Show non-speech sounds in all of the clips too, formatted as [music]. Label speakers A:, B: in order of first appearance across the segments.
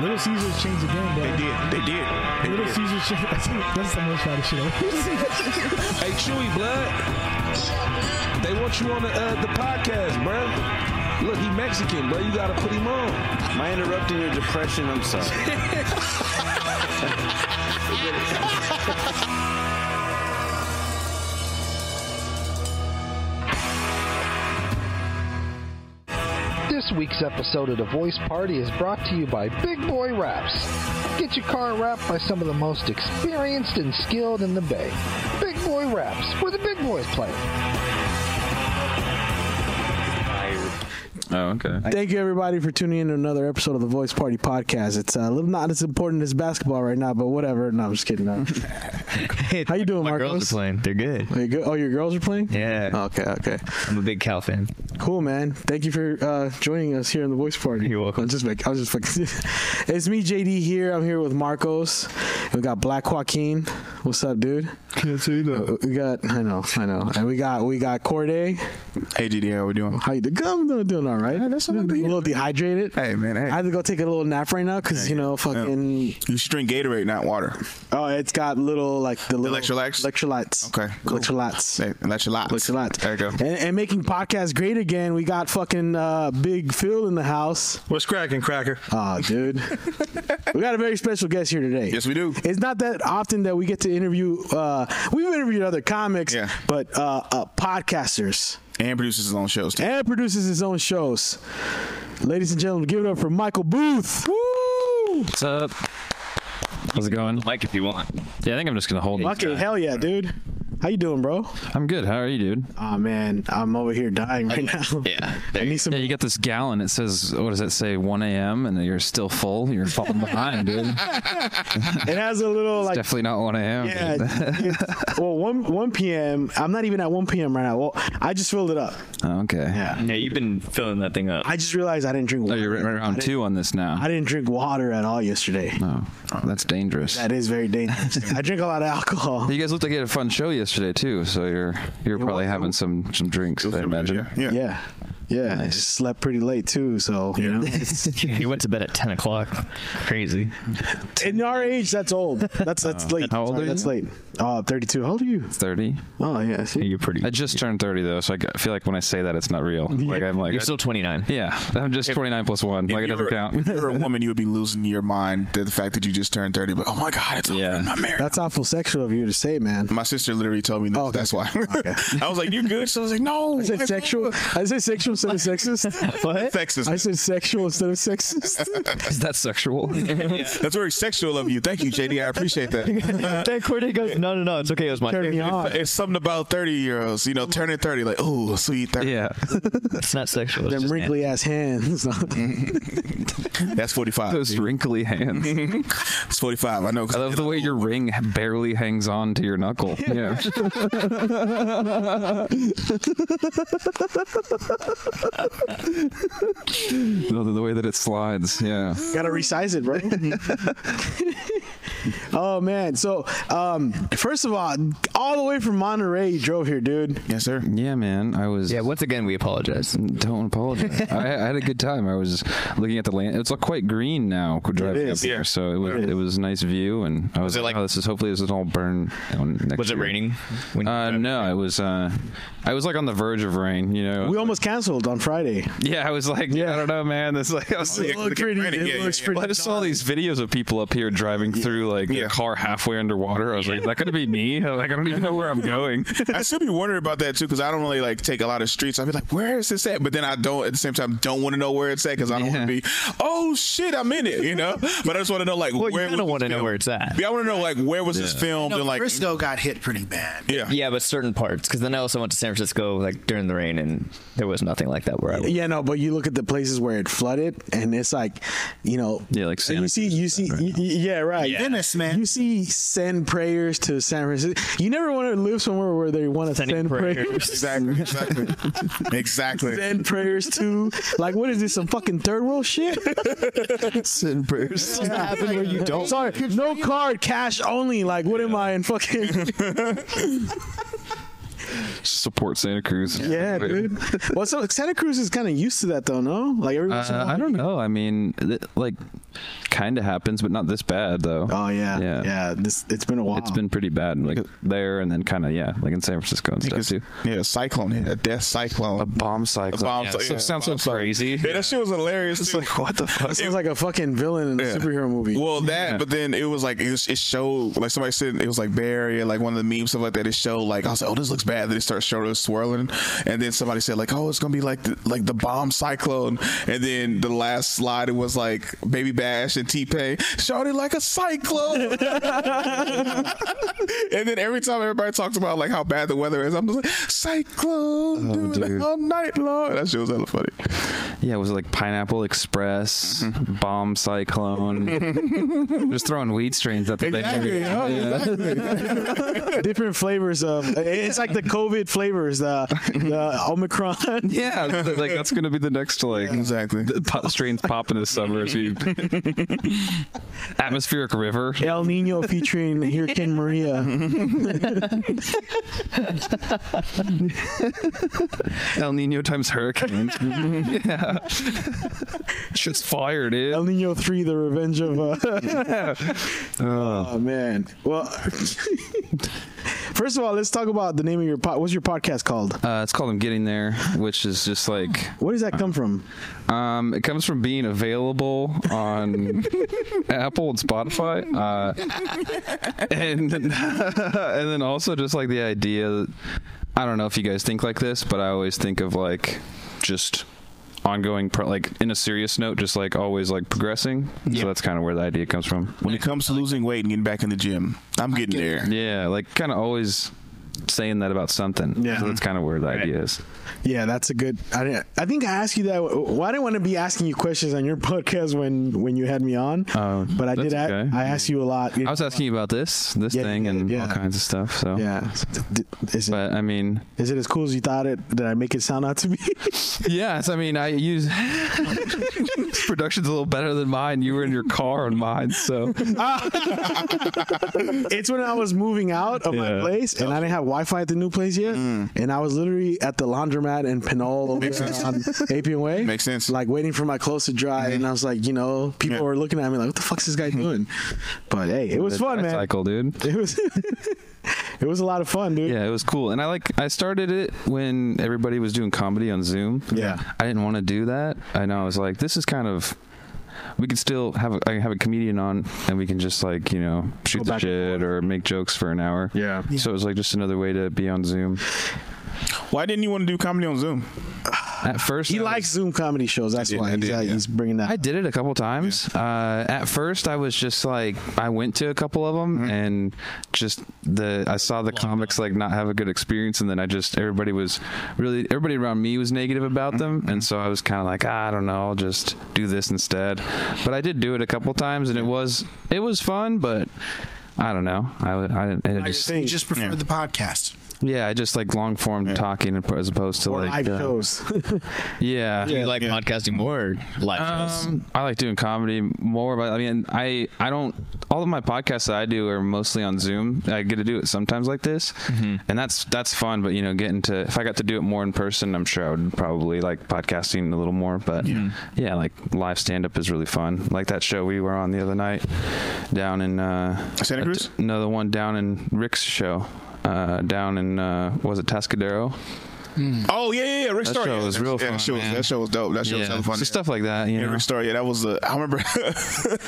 A: Little Caesars changed the game, bro.
B: They did. They did. They
A: Little
B: did.
A: Caesars changed. [laughs] That's the most shot of shit. I've ever seen.
B: Hey, Chewy Blood. They want you on the, uh, the podcast, bro. Look, he Mexican, bro. You gotta put him on.
C: Am I interrupting your depression? I'm sorry.
D: This week's episode of The Voice Party is brought to you by Big Boy Wraps. Get your car wrapped by some of the most experienced and skilled in the Bay. Big Boy Wraps, where the big boys play.
E: Oh, okay.
F: Thank you, everybody, for tuning in to another episode of the Voice Party Podcast. It's uh, not as important as basketball right now, but whatever. No, I'm just kidding.
G: [laughs]
F: No. How you doing,
E: My girls
F: Marcos?
E: are playing. They're good.
F: Are you good? Oh, your girls are playing?
E: Yeah.
A: Oh.
F: Okay, okay.
E: I'm a big Cal fan.
F: Cool, man. Thank you for uh, joining us here in the voice party.
E: You're welcome.
F: I'm just making, I'm just fucking. [laughs] it's me, JD, here. I'm here with Marcos. We got Black Joaquin. What's up, dude? Uh,
G: Can't say that.
F: We got, I know, I know. And we got, we got Corday.
G: Hey, GD, how we doing?
F: How you doing? I'm doing, doing all right.
G: Yeah, that's
F: a
G: all I need.
F: little dehydrated.
G: Hey, man, hey.
F: I had to go take a little nap right now because you know, fucking.
G: You should drink Gatorade, not water.
F: Oh, it's got little like the little
G: electrolytes?
F: Electrolytes.
G: Okay, cool.
F: Electrolytes.
G: Hey, and that's your lot.
F: Electrolytes.
G: There you go.
F: And, and making podcast great again. We got fucking uh, Big Phil in the house.
H: What's cracking, Cracker?
F: Ah,
G: [laughs]
F: dude. we got a very special guest here today.
G: Yes, we do.
F: It's not that often that we get to interview. Uh, we've interviewed other comics,
G: Yeah.
F: but uh, uh, podcasters
G: And produces his own shows. Too.
F: and produces his own shows. Ladies and gentlemen, give it up for Michael Booth. Woo!
I: What's up? How's it going?
E: Mike, if you want.
I: Yeah, I think I'm just gonna hold. it.
F: Okay, hell yeah, dude. How you doing, bro?
I: I'm good. How are you, dude?
F: Oh man, I'm over here dying right [laughs] now.
E: Yeah.
F: I need some.
I: Yeah, you got this gallon. It says, what does it say? 1 a.m. and you're still full. You're falling behind, dude.
F: It has a little like
I: Definitely not 1 a.m.
F: yeah.
I: dude.
F: it's- well, one one p.m. I'm not even at one p.m. right now. Well, I just filled it up.
I: [laughs] okay.
F: Yeah.
E: Yeah, you've been filling that thing [laughs] up.
F: I just realized I didn't drink.
I: Oh,
F: Water.
I: you're right right around two on this now.
F: I didn't drink water at all yesterday.
I: Oh, that's dangerous.
F: That is very dangerous.
I: [laughs]
F: I drink a lot of alcohol.
I: You guys looked like you had a fun show yesterday too, so you're you're probably having some some drinks, I imagine.
G: Yeah. yeah.
F: Yeah. Yeah, I slept pretty late too, so you
I: [laughs]
F: know.
E: he went to bed at 10 o'clock. Crazy.
F: In our age, that's old. That's that's late.
I: How old
F: Sorry,
I: are
F: That's
I: you?
F: late. Uh, thirty-two. How old are you?
I: Thirty.
F: Oh yeah, see?
E: You're pretty.
I: I just turned thirty though, so I g- feel like when I say that, it's not real. Like I'm like,
E: You're still 29.
I: yeah, I'm just twenty nine plus one. Like it doesn't count. [laughs]
G: If you're a woman, you would be losing your mind to the fact that you just turned 30. But oh my God, it's
I: Yeah.
G: over. I'm not married.
F: That's awful sexual of you to say, man.
G: my sister literally told me this.
F: Oh, okay.
G: that's why. [laughs] I was like, "You good?" So I was like, "No."
F: I said sexual. I said sexual instead of sexist.
E: What?
G: [laughs] Sexist.
F: I said sexual instead of sexist.
I: Is that sexual?
G: That's very sexual of you. Thank you, JD. I appreciate that.
F: [laughs]
E: Then Courtney goes, no, no, no, it's okay. It was my
F: Turn me on.
G: It's something about 30 year olds, you know, turning 30, like, oh, sweet 30.
I: yeah.
E: It's not sexual. It's
F: Them
E: just
F: wrinkly ass hands. [laughs]
G: That's 45.
I: [laughs] Those wrinkly hands. [laughs]
G: It's 45. I know.
I: I love the way your ring barely hangs on to your knuckle. [laughs] Yeah. no, the, the way that it slides. Yeah.
F: Gotta resize it, right? oh man. So um, first of all, all the way from Monterey, you drove here, dude.
G: Yes, sir.
I: Yeah, man. I was.
E: Yeah, once again, we apologize.
I: Don't apologize.
E: [laughs]
I: I, I had a good time. I was looking at the land. It's like quite green now driving up
F: is.
I: here, so it was
F: It is.
I: it was a nice view, and I was,
E: it
I: like,
E: like-
I: "Oh, this is hopefully this is all burn." on next
E: Was it
I: year.
E: raining? When
I: Uh, no, it was. Uh, I was like on the verge of rain. You know,
F: We almost canceled on Friday.
I: Yeah, I was like, I don't know, man. This like, I
F: Oh,
I: was like,
G: looked pretty. It looks pretty.
I: well, I just saw these videos of people up here driving through like a
G: Yeah.
I: car halfway underwater. I was like, that could be me. [laughs] Like, I don't even know where I'm going.
G: I still be wondering about that too, because I don't really like take a lot of streets. I'll be like, where is this at? But then I don't at the same time don't want to know where it's at because I don't want to be, oh shit, I'm in it, you know. But I just want to know like
E: Well, you
G: where
E: kinda
G: was this
E: wanna know
G: filmed?
E: where it's at.
G: Yeah, I want to know like where was this filmed and like
C: Frisco got hit pretty bad.
G: yeah.
E: Yeah, but certain parts. Because then I also went to San Francisco like during the rain, and there was nothing like that where I was.
F: Yeah, no, but you look at the places where it flooded, and it's like, you know,
I: Yeah, like
F: and you
I: Santa
F: see, you see, y- y- yeah, right,
C: Venice, man.
F: You see, send prayers to San Francisco. You never want to live somewhere where they want to
E: Sending
F: send prayers.
G: Exactly, exactly, exactly.
F: [laughs] Send prayers to, like, what is this? Some fucking third world shit?
G: [laughs] Send prayers.
F: Happen where you don't. Sorry,
G: [laughs]
F: no card, cash only. Like, what am I in fucking?
I: Support Santa Cruz.
F: Yeah, dude. Well, so Santa Cruz is kind of used to that, though, no? Like every once in a
I: Uh,
F: while.
I: I don't know. I mean, it, like, kind of happens, but not this bad though.
F: Oh yeah,
I: Yeah.
F: yeah. this it's been a while.
I: It's been pretty bad, like there and then kind of yeah, like in San Francisco and stuff
G: Because-
I: too.
G: Yeah, a cyclone hit, a death cyclone.
I: A bomb cycle.
G: bomb
I: yeah,
G: cy-
I: so-
G: yeah,
I: sounds
G: bomb
I: so
G: cycle.
I: crazy.
G: yeah, that shit was hilarious.
F: It's
G: too.
F: like [laughs] what the fuck? It's like a fucking villain in a
G: Yeah.
F: superhero movie.
G: Well, that, but then it was like it, was, it showed like somebody said it was like Bay Area, like one of the memes stuff like that. It showed like I was like, oh, this looks bad. Then it starts showing us swirling, and then somebody said like, oh, it's gonna be like the, like the bomb cyclone, and then the last slide it was like Baby Bash and T Pain, shouted like a cyclone, [laughs] and then every time everybody talks about like how bad the weather is, I'm just like cyclone, Oh, dude,
I: dude.
G: all night long. That shit was hella funny.
I: Yeah, it was like Pineapple Express,
G: Mm-hmm.
I: Bomb Cyclone. Just throwing weed strains at the
G: Exactly,
I: thing.
G: yeah,
F: [laughs] Different flavors of it's like the COVID flavors, the
G: [laughs]
F: the Omicron. [laughs]
I: Yeah, th- like that's gonna be the next like
G: Exactly.
I: the pop, strains pop in the summer. so you- [laughs] Atmospheric river.
F: El Nino featuring Hurricane Maria.
I: El Nino times hurricanes. yeah, shit's fire, dude.
F: El Nino 3, The Revenge of.
I: [laughs]
F: Uh, [laughs] oh, man. Well, [laughs] first of all, let's talk about the name of your pod. What's your podcast called?
I: Uh, it's called "I'm Getting There," which is just like
F: Where does that come from?
I: Um, it comes from being available on Apple and Spotify, uh, and [laughs] and then also just like the idea. That, I don't know if you guys think like this, but I always think of like just ongoing, pro- like in a serious note, just like always like progressing. So that's kind of where the idea comes from.
G: When it comes to losing weight and getting back in the gym, I'm getting there.
I: Yeah, like kind of always saying that about something.
F: Yeah.
I: so that's kind of where the idea is.
F: Yeah, that's a good. I, didn't- I think I asked you that. Well, I didn't want to be asking you questions on your [laughs] podcast when when you had me on.
I: Oh,
F: Uh, but I
I: that's
F: did. a-
I: okay.
F: I asked you a lot.
I: I was asking you about this, this
F: Yeah, you
I: thing,
F: did,
I: and all
F: yeah.
I: kinds of stuff. So
F: yeah. D- Is it,
I: but I mean.
F: is it as cool as you thought it? Did I make it sound out to be? [laughs]
I: Yes, I mean I use [laughs] production's a little better than mine. You were in your car on mine, so
F: it's when I was moving out of my
I: Yeah.
F: place and I didn't have Wi Fi at the new place yet. And I was literally at the laundromat in Pinole over
G: Mm. Makes
F: there
G: sense.
F: on Apian Way.
G: Makes sense. Mm-hmm.
F: Like waiting for my clothes to dry. And I was like, you know, people
G: Yeah.
F: were looking at me like, what the fuck's this guy doing? But hey, it was fun, man.
I: Cycle, dude.
F: It was [laughs] it was a lot of fun, dude.
I: Yeah, it was cool, and I like I started it when everybody was doing comedy on Zoom.
F: Yeah.
I: I didn't want to do that, and I was like, this is kind of. We could still have a, I can have a comedian on, and we can just like you know shoot the
F: back and
I: shit or make jokes for an hour.
F: Yeah.
I: So it was like just another way to be on Zoom.
G: Why didn't you want to do comedy on Zoom?
I: At first,
F: He
I: I was-
F: likes Zoom comedy shows. That's
G: did,
F: why
G: I
F: he's,
G: did,
F: uh,
G: yeah.
F: he's bringing that.
I: I
F: up.
I: did it a couple times. Uh, at first, I was just like, I went to a couple of them, and just the I saw the comics like not have a good experience, and then I just everybody was really everybody around me was negative about them, and so I was kind of like, "Ah, I don't know, I'll just do this instead. But I did do it a couple times, and it was it was fun, but. I don't know. I, I, I just
F: Thing.
C: You just prefer the podcast.
I: yeah. I just like long form talking as opposed to
F: Or
I: like
F: live
I: uh,
F: shows.
I: yeah.
E: Do you like podcasting more or live
A: Uh,
E: shows?
I: Um, I like doing comedy more, but I mean, I I don't. All of my podcasts that I do are mostly on Zoom. I get to do it sometimes like this,
G: Mm-hmm.
I: and that's that's fun. But you know, getting to if I got to do it more in person, I'm sure I would probably like podcasting a little more. But yeah, like live stand up is really fun. Like that show we were on the other night down in uh,
G: Santa Cruz?
I: No, the one down in Rick's show. Uh, down in uh, was it Tascadero?
G: Oh yeah, yeah, yeah. Rick
I: mm. That
G: Story.
I: show was
G: yeah,
I: real
G: yeah,
I: fun,
G: That show, was,
I: man.
G: that show was dope. That show was hella fun.
I: so stuff like that. You
G: Yeah,
I: know?
G: Rick Story. Yeah, that was. Uh, I remember. [laughs] I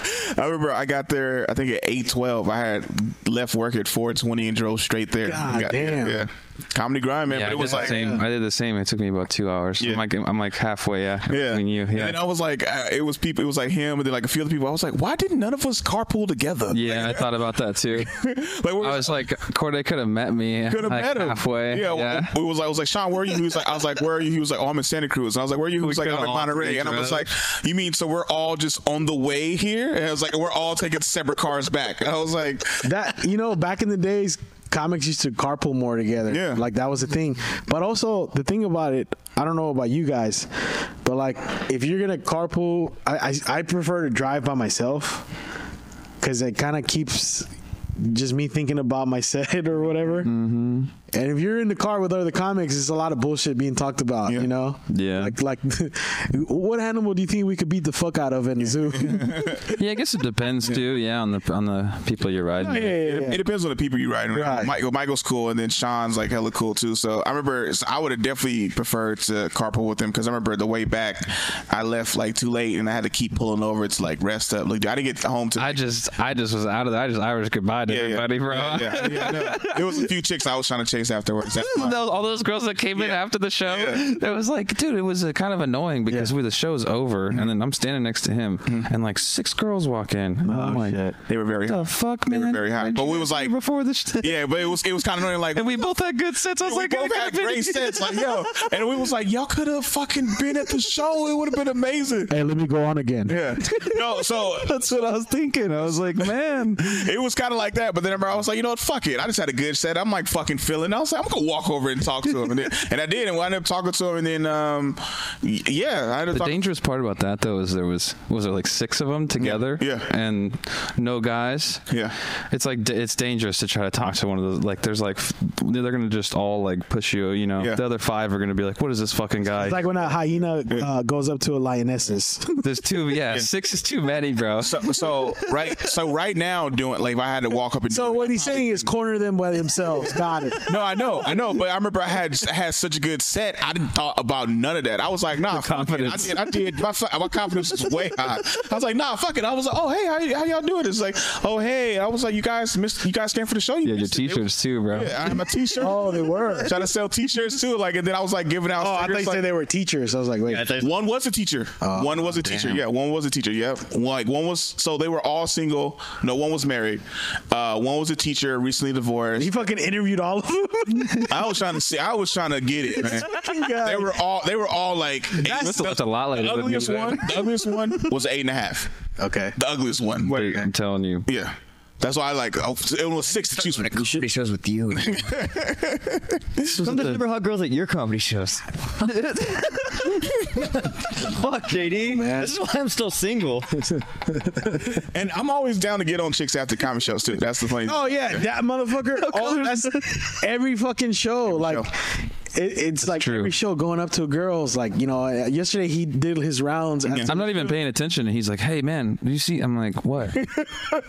G: remember. I got there. I think at eight twelve. I had left work at four twenty and drove straight there.
F: God
G: Got-
F: damn.
G: Yeah, Comedy grind, man.
I: Yeah,
G: but
I: I
G: it was
I: did the
G: like. uh,
I: same. I did the same. It took me about two hours.
G: Yeah.
I: I'm like I'm like halfway. Yeah,
G: Yeah,
I: between you.
G: And
I: Yeah,
G: then I was like, uh, it was people. It was like him, and then like a few other people. I was like, why didn't none of us carpool together?
I: yeah. I thought about that too.
G: [laughs] like
I: I was like, Corday could have met me.
G: could have
I: like,
G: met him
I: halfway.
G: Yeah, [laughs]
I: yeah.
G: We was like, I was like, Sean, where are you? He was like, I was like, where are you? He was like, oh, I'm in Santa Cruz. And I was like, where are you? He was like,
I: could've
G: I'm in
I: all
G: Monterey.
I: been
G: And I was like,
I: drunk.
G: you mean so we're all just on the way here? And I was like, we're all taking separate cars back. And I was like,
F: that you know back in the days comics used to carpool more together
G: Yeah.
F: like that was a thing but also the thing about it i don't know about you guys but like if you're gonna carpool i i, I prefer to drive by myself because it kind of keeps just me thinking about my set or whatever And if you're in the car with other comics, it's a lot of bullshit being talked about. You know.
I: Yeah.
F: Like like, [laughs] what animal do you think we could beat the fuck out of in the zoo?
I: yeah, I guess it depends too. Yeah, on the on the people you're riding. with.
G: It, it depends on the people you ride with.
F: Right.
G: Michael, Michael's cool, and then Sean's like hella cool too. So I remember so I would have definitely preferred to carpool with him because I remember the way back, I left like too late, and I had to keep pulling over to like rest up. Like I didn't get home to.
I: I just I just was out of there. I just Irish goodbye to everybody, bro.
G: Yeah, yeah, yeah, no. There was a few chicks I was trying to chase afterwards. That's
I: Those-
G: fine.
I: [laughs] all those girls that came in
G: Yeah.
I: after the show,
G: Yeah.
I: it was like, dude, it was uh, kind of annoying because we, the show's over,
G: Mm-hmm.
I: and then I'm standing next to him, and like six girls walk in. and I'm like,
G: They were very
I: The
G: hot.
I: fuck,
G: Oh, They
I: man!
G: were very hot.
I: Why'd
G: But
I: you
G: we was
I: ask me
G: like-
I: before this, shit?
G: Yeah, but it was it was kind of annoying. Like
I: and we both had good sense. I was
G: we
I: like, I
G: both
I: could've
G: had
I: been-
G: great sense. Like yo, and we was like, y'all could have fucking been at the show. It would have been amazing.
F: hey, let me go on again.
G: Yeah. No, so
I: [laughs] That's what I was thinking. I was like, man,
G: it was kind of like that. But then I was like, you know what? Fuck it. I just had a good set. I'm like fucking feeling. I was like, I'm gonna walk over and talk to him, and, then, and I did, and we ended up talking to him, and then um, y- yeah, I had to
I: The
G: talk.
I: dangerous part about that though is there was was there like six of them together,
G: Yeah.
I: and no guys.
G: Yeah.
I: it's like d- it's dangerous to try to talk to one of those. Like, there's like f- they're gonna just all like push you. You know,
G: Yeah.
I: the other five are gonna be like, "What is this fucking guy?"
F: It's like when a hyena uh, goes up to a lioness.
I: there's two.
G: [laughs]
I: Yeah, six is too many, bro.
G: So, so right, so right now doing like if I had to walk up and
F: so
G: do it-
F: what he's saying is corner them by themselves. [laughs] Got it.
G: No, I know, I know, but I remember I had I had such a good set. I didn't thought about none of that. I was like, nah, fuck it.
I: confidence.
G: I did, I did. My, fu- my confidence is way high. I was like, nah, fuck it. I was like, oh hey, how, y- how y'all doing? It's like, oh hey. I was like, you guys missed. You guys came for the show. You
I: yeah, your
G: missed it.
I: t-shirts too, bro.
G: Yeah, I had my t-shirt.
F: Oh, they were.
G: Trying to sell t-shirts too, like, and then I was like giving out.
F: Oh, I thought you
G: stickers, like-
F: said they were teachers. I was like, wait. [laughs]
G: one was a teacher.
F: Oh,
G: one was a teacher. Yeah, one was a teacher. Yep. One- Like one was. So they were all single. No, one was married. Uh, one was a teacher, recently
F: he
G: divorced.
F: fucking interviewed all of them.
G: [laughs] I was trying to see. I was trying to get it,
F: [laughs]
G: man.
F: guy.
G: They were all. They were all like.
I: That's, that's a lot
G: The
I: later than me,
G: ugliest
I: though.
G: one. The ugliest one was an eight and a half.
F: okay.
G: The ugliest one.
I: Dude, I'm telling you.
G: Yeah. That's why I like. Oh, it was six to choose from.
E: comedy shows with you. Sometimes never hug girls at your comedy shows. Fuck, JD. This is why I'm still single.
G: And I'm always down to get on chicks after comedy shows too. That's the funny.
F: Oh yeah, that [laughs] motherfucker. all, that's every fucking show. like it, it's like
I: true.
F: every show going up to girls. Like you know, uh, yesterday he did his rounds. at-
I: I'm not even paying attention, and he's like, "Hey, man, do you see?" I'm like, "What?" yeah, I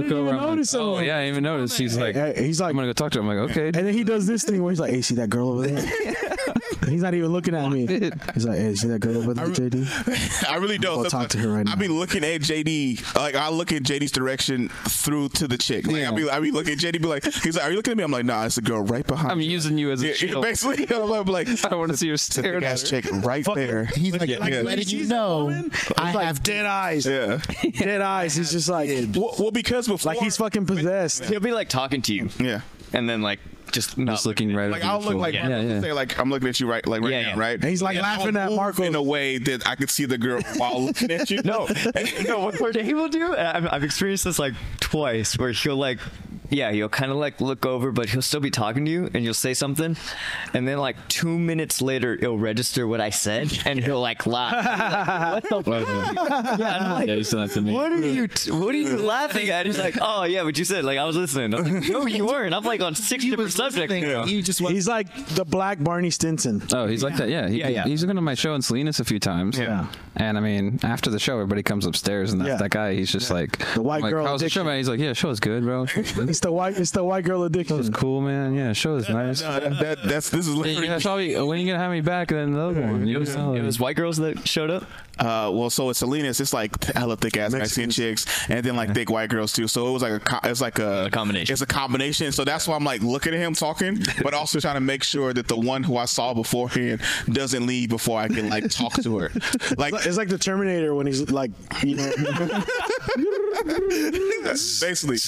F: didn't even notice him.
I: Oh, yeah, I didn't even notice. He's like,
F: Uh, He's like,
I: "I'm gonna go talk to him." I'm like, "Okay."
F: and then he does this thing where he's like, "Hey, see that girl over there?" [laughs] he's not even looking at me. He's like, "Hey, see that girl over there, JD?"
G: [laughs] I really don't.
F: gonna talk to her right now.
G: I be looking at JD, like I look at JD's direction through to the chick. Like I be, I be looking at JD, be like, he's like, are you looking at me? I'm like, nah, it's a girl right behind.
I: I'm
G: you.
I: using you as a
G: Yeah, [laughs]
I: shield.
G: basically, I'm like, I'm
I: [laughs]
G: like
I: [laughs] I want to see your staring
G: ass
I: at her.
G: chick right there.
I: [laughs]
A: He's like, like
G: yeah.
A: letting you know I
F: like
A: have
F: dead eyes,
G: Yeah.
F: dead eyes. He's just like,
G: Well, well, because before,
F: like he's fucking possessed.
E: He'll be like talking to you,
G: yeah.
E: and then like just not
I: Just looking right
G: Like
I: at
G: I'll look like
I: yeah, yeah.
G: Say like I'm looking at you right like right
E: Yeah, yeah.
G: now, right?
F: he's, like,
G: And I'll
F: laughing at
G: move
F: Marco.
G: in a way that I could see the girl while looking at
F: [laughs]
G: you.
E: No, no. What what he will do, I've, I've experienced this like twice, where he'll like, yeah, he'll kind of like look over, but he'll still be talking to you, and you'll say something, and then like two minutes later, it'll register what I said, and he'll like laugh. He'll be like, [laughs] what the? fuck?" yeah, and I'm like,
I: Yeah, you said that to me.
E: what are you? T- what are you laughing at? He's like, oh yeah, what you said. Like I was listening. I'm like, no, you weren't. I'm like on six different subjects.
A: Yeah. You just want
F: He's like the black Barney Stinson.
I: Oh, he's like that. Yeah, he,
E: Yeah, yeah.
I: He's been to my show in Salinas a few times.
F: Yeah.
I: And I mean, after the show, everybody comes upstairs, and that,
F: Yeah.
I: that guy, he's just like
F: The white
I: I'm like,
F: girl
I: How's the show,
F: addiction."
I: man? He's like, yeah, show is good, bro. Show is good.
F: It's the white. It's the white girl
I: Show [laughs] is
F: addiction.
I: cool, man. Yeah, show is nice.
G: No, that, [laughs] that, that's this is literally.
I: Yeah, probably, when are you gonna have me back? And then the other one. You know,
E: It was white girls that showed up.
G: Uh, well, so it's Salinas. It's like hella thick ass Mexican chicks, and then like thick white girls too. So it was like a, co- it's like a,
E: A combination.
G: It's a combination. So that's why I'm like looking at him talking, but also trying to make sure that the one who I saw beforehand doesn't leave before I can like talk to [laughs] her. Like
F: It's like the Terminator when he's like, you know,
G: [laughs] basically,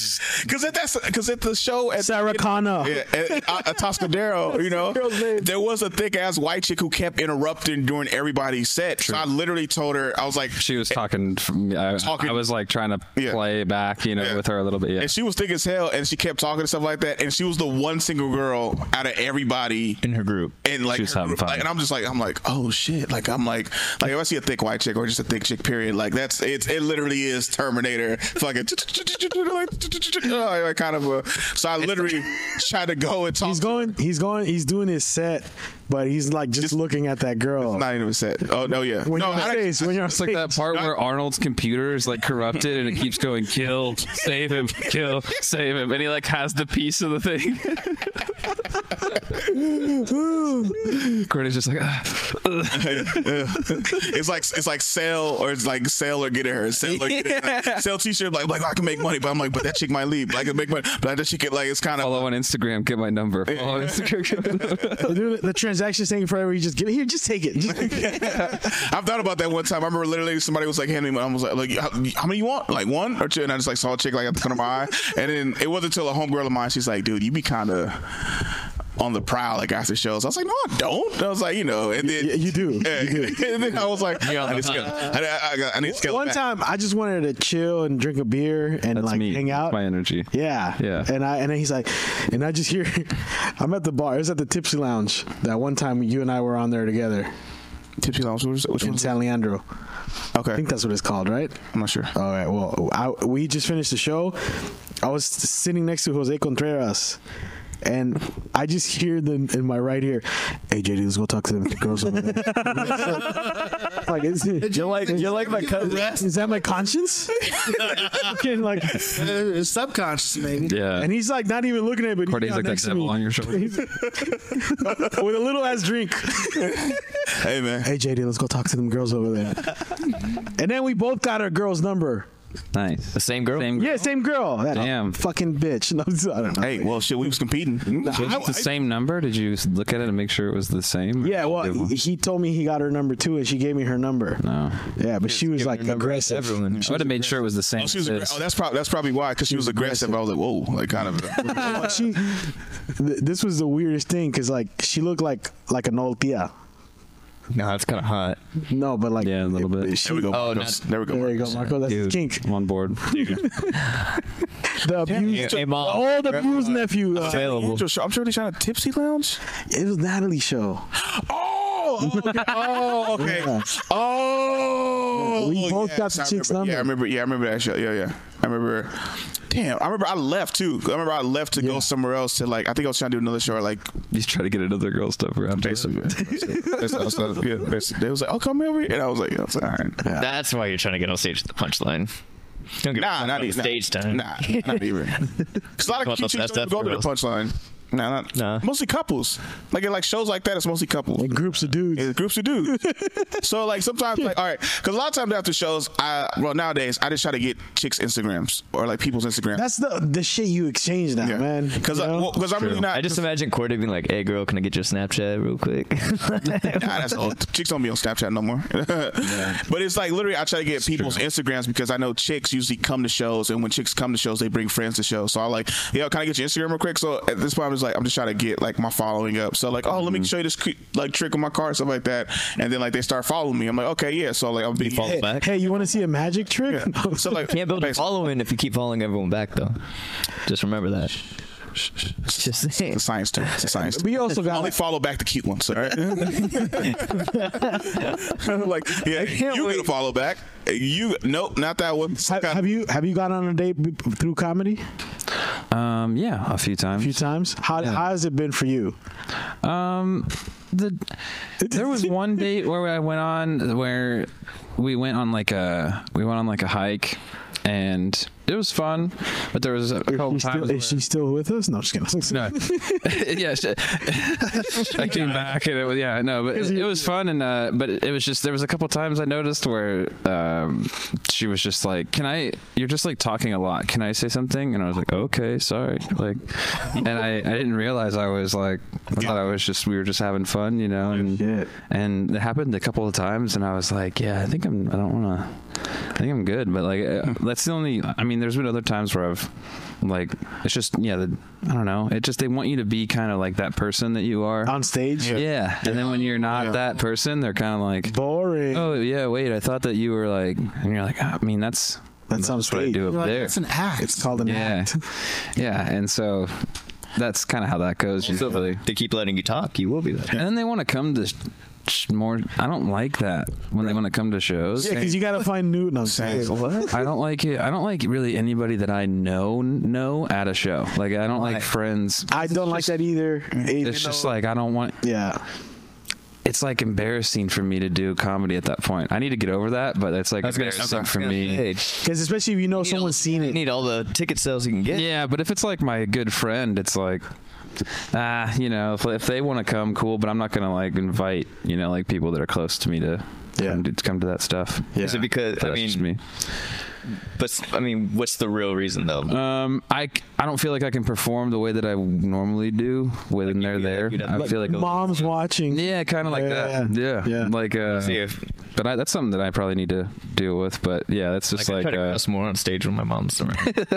G: because at that's because at the show at
F: [laughs] Sarah Connor.
G: Yeah, at, at, at [laughs] Toscadero, you know,
F: Girl's name.
G: there was a thick ass white chick who kept interrupting during everybody's set. So I literally told her, I was like,
I: she was talking. From, I,
G: Talking-
I: I was like trying to
G: Yeah.
I: play back, you know,
G: Yeah.
I: with her a little bit. Yeah.
G: And she was thick as hell, and she kept talking and stuff like that. And she was the one single girl out of everybody
E: In her group.
G: And like,
I: She was
G: her
I: having
G: group-
I: fun.
G: like- and I'm just like, I'm like, oh shit! Like, I'm like, like if I see a thick white chick or just a thick chick, period, like that's it's it. Literally is Terminator like fucking [laughs] like kind of a. So I literally tried to go and talk.
F: He's going. He's going. He's doing his set, but he's like just, looking at that girl.
G: Not even set. Oh no, yeah.
F: when
G: no,
F: you're on
G: I-
F: stage, when you're on
I: It's like that
F: stage.
I: part where Arnold's computer is like corrupted and it keeps going kill, save him, kill, save him, and he like has the piece of the thing. [laughs] Courtney's just like, ah, ugh.
G: [laughs] it's like it's like sell or it's like sell or get it her sell or get it
F: [laughs]
G: her. sell t-shirt like like I can make money but I'm like but that chick might leave I can make money but that chick like it's kind of
I: follow on Instagram, get my number. Follow on Instagram. get my number.
F: They do the transaction thing forever. You just give it here. Just take it. Just take it.
G: I've thought about that one time I remember literally somebody was like handing me I was like, like how, how many you want like one or two and I just like saw a chick like at the corner of my eye and then it wasn't until a homegirl of mine she's like dude you be kind of on the prowl like after shows I was like no I don't And I was like you know and then
F: Yeah, you do.
G: Yeah. [laughs] and then I was like I need to scale I, I, I, got- I need to scale it
F: One
G: back.
F: time, I just wanted to chill and drink a beer and
I: That's
F: like
I: me.
F: hang
I: That's
F: out.
I: my energy.
F: Yeah.
I: Yeah.
F: And I and then he's like, and I just hear, [laughs] I'm at the bar. It was at the Tipsy Lounge that one time you and I were on there together
G: tipsy lounge what was it? which
F: in
G: one's that?
F: San Leandro. I
G: okay
F: think that's what it's called, right?
G: I'm not sure
F: All right. Well, I, we just finished the show. I was sitting next to Jose Contreras, and I just hear them in my right ear. Hey, JD, let's go talk to them girls over there. like, is,
E: You're like you're like my cousin.
F: is that my
E: [laughs]
F: conscience? Fucking like,
A: Uh, subconscious, maybe.
I: Yeah.
F: and he's like not even looking at me. But
I: Courtney's
F: he's
I: like that
F: next to
I: devil on
F: me
I: your
F: [laughs]
I: shoulder.
F: with a little ass drink.
G: hey man
F: Hey, JD, let's go talk to them girls over there. and then we both got our girl's number.
I: Nice.
E: The same girl.
I: Same.
F: Yeah, same girl. That
I: Damn.
F: fucking bitch. [laughs] No, I don't know.
G: Hey, well, shit, we was competing.
I: Was it the same number? Did you look at it and make sure it was the same?
F: Yeah, well,
I: Different?
F: he- he told me he got her number too, and she gave me her number.
I: no.
F: Yeah, but she was like aggressive.
E: Everyone.
I: I would have made sure it was the same.
G: Oh, she was
I: as
G: aggra-
I: this.
G: oh, that's probably that's probably why because she was aggressive. I was like, whoa, like kind of. uh,
F: [laughs] She, th- this was the weirdest thing because like she looked like like an old tia.
E: No, that's kind of hot.
F: No, but like
I: Yeah, a little bit.
F: She,
G: There we go.
E: Oh,
G: Marcos. there we go.
F: there you go,
G: Marcos.
F: Marco. That's
I: Dude,
F: kink.
I: I'm on board.
G: [laughs]
F: The abused,
E: Hey, mom.
F: old abused nephew. uh,
E: Available.
G: Angel Show- I'm sure they trying to tipsy lounge.
F: it was Natalie's show.
G: Oh,
F: [laughs]
G: okay. oh, okay.
F: Yeah.
G: Oh,
F: We both
G: yes,
F: got the
G: I
F: chick's
G: remember.
F: number.
G: Yeah, I remember. Yeah, I remember that show. Yeah, yeah. I remember. Damn, I remember. I left too. I remember I left to
F: Yeah.
G: go somewhere else to like. I think I was trying to do another show. or, Like
I: He's trying to get another girl stuff around.
G: basically, yeah, basically. they was like, "Oh, come over," here. and I was like, yeah, it's all right.
E: That's why you're trying to get on stage at the punchline. Don't give a
G: Nah,
E: fuck
G: not
E: about
G: even
E: stage
G: nah,
E: time.
G: Nah, not even. 'Cause a lot of
E: What the
G: cute chicks
E: best
G: don't even go to the
E: after
G: punchline. Nah, not,
E: Nah.
G: mostly couples. Like at like shows like that, it's mostly couples.
F: And groups of dudes.
G: It's groups of dudes. so like sometimes like all right, because a lot of times after shows, I well nowadays I just try to get chicks Instagrams or like people's Instagrams.
F: That's the the shit you exchange now, man.
G: because
F: you know?
G: because I'm really not.
E: I just imagine Cordy being like, "Hey, girl, can I get your Snapchat
I: [laughs]
E: real quick?"
F: [laughs]
G: Nah, that's old. [laughs] Chicks don't be on Snapchat no more. [laughs] But it's like literally, I try to get people's Instagrams because I know chicks usually come to shows, and when chicks come to shows, they bring friends to shows. So I like, yo, can I get your Instagram real quick? So at this point, I'm just like, I'm just trying to get like my following up. So like, oh, let
E: Mm-hmm.
G: me show you this cre- like trick on my car, stuff like that, and then like they start following me. I'm like, okay, yeah. So like, I'm being
E: Follow back.
F: hey, you want to see a magic trick?
G: Yeah. So
I: [laughs]
G: like,
E: Can't build a
G: basically-
E: following if you keep following everyone back, though. Just remember that. Just saying.
G: It's a science term. It's a science term.
F: We also got
G: Only follow back the cute ones, all right? [laughs] like, yeah, you gonna follow back? You nope, not that one.
F: Have, have you have you gone on a date b- through comedy
I: Um, yeah, a few
F: a
I: times.
F: few times? How, how has it been for you?
I: Um, the there was one date where I went on where we went on like a we went on like a hike, and it was fun, but there was a couple
F: She's
I: times.
F: still, is she still with us? No, I'm just kidding.
I: [laughs] No. yeah, shit. [laughs] I came back and it was yeah, no, but it, it was fun and uh but it was just there was a couple times I noticed where um she was just like, "Can I you're just like talking a lot. Can I say something?" And I was like, "Okay, sorry." Like and I I didn't realize I was like I thought I was just we were just having fun, you know, and
F: Shit.
I: and it happened a couple of times and I was like, "Yeah, I think I'm I don't want to I think I'm good, but like uh, that's the only. I mean, there's been other times where I've like it's just yeah. The, I don't know. It just they want you to be kind of like that person that you are.
F: On stage?
I: yeah. and then when you're not
G: Yeah.
I: that person, they're kind of like,
F: Boring.
I: oh yeah, wait, I thought that you were like, and you're like, "Ah, I mean, that's
F: That's on
I: what I
F: stage.
I: do up
F: You're
I: there.
A: It's an act.
F: It's called an
I: yeah,
F: act.
I: yeah, and so that's kind of how that goes usually.
E: They keep letting you talk. You will be there.
I: And then they want to come to sh- more. I don't like that when they want to come to shows.
F: Yeah, because you gotta find new. No,
G: Same.
I: I don't like it. I don't like really anybody that I know know at a show. Like I don't like friends.
F: I don't like that either. It-
I: It's just like I don't want.
F: yeah,
I: It's like embarrassing for me to do comedy at that point. I need to get over that, but it's like
E: I was gonna say,
I: embarrassing for
E: yeah,
I: me.
E: hey,
F: because especially if you know someone's seen
E: You
F: it.
E: need all the ticket sales you can get.
I: Yeah, but if it's like my good friend, it's like, ah, you know, if, if they want to come, cool. But I'm not gonna like invite, you know, like people that are close to me to
F: Yeah.
I: come, to, to come to that stuff.
E: Is it because
I: But
E: I
I: that's just
E: mean,
I: me.
E: but I mean, what's the real reason though?
I: Um, I c- I don't feel like I can perform the way that I normally do when they're there.
E: you don't-
I: I
E: like
I: feel like a,
F: Mom's watching.
I: yeah, kind of like
F: Yeah,
I: that.
F: yeah,
I: Yeah,
F: yeah.
I: like uh,
E: See if
I: but I, that's something that I probably need to deal with. But yeah, that's
E: like,
I: just
E: I
I: like,
E: try to
I: uh,
E: cuss more on stage when my mom's around.
I: [laughs]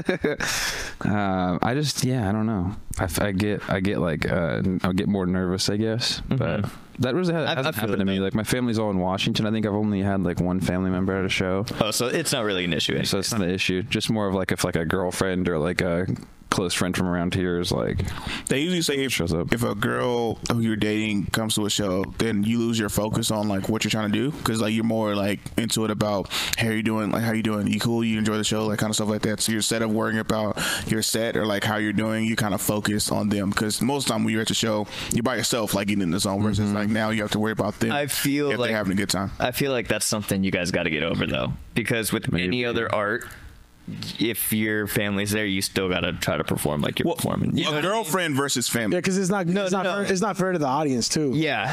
I: uh, I just yeah, I don't know. I, f- I get I get like uh, n- I get more nervous, I guess. But that was
E: I
I: that hasn't
E: Mm-hmm. feel
I: happened to
E: that.
I: me. Like my family's all in Washington. I think I've only had like one family member at a show,
E: oh, so it's not really an issue.
I: so it's not an issue. Just more of like if like a girlfriend or like a close friend from around here is like
G: They usually say if,
I: shows up.
G: if a girl who you're dating comes to a show, then you lose your focus on like what you're trying to do because like you're more like into it about how you doing, like how you doing, you cool, you enjoy the show, like kind of stuff like that. So you're instead of worrying about your set or like how you're doing, you kind of focus on them because most of the time when you're at the show, you're by yourself, like getting in the zone. Versus like now you have to worry about them.
E: I feel
G: if
E: like-
G: they're having a good time.
E: I feel like that's something you guys got to get over though, because with any other art, if your family's there, you still got to try to perform like you're performing. You know
G: a
E: what I mean?
G: girlfriend versus family.
F: Yeah, because it's not it's
E: no,
F: not
E: no.
F: Fair, it's not fair to the audience too.
E: Yeah,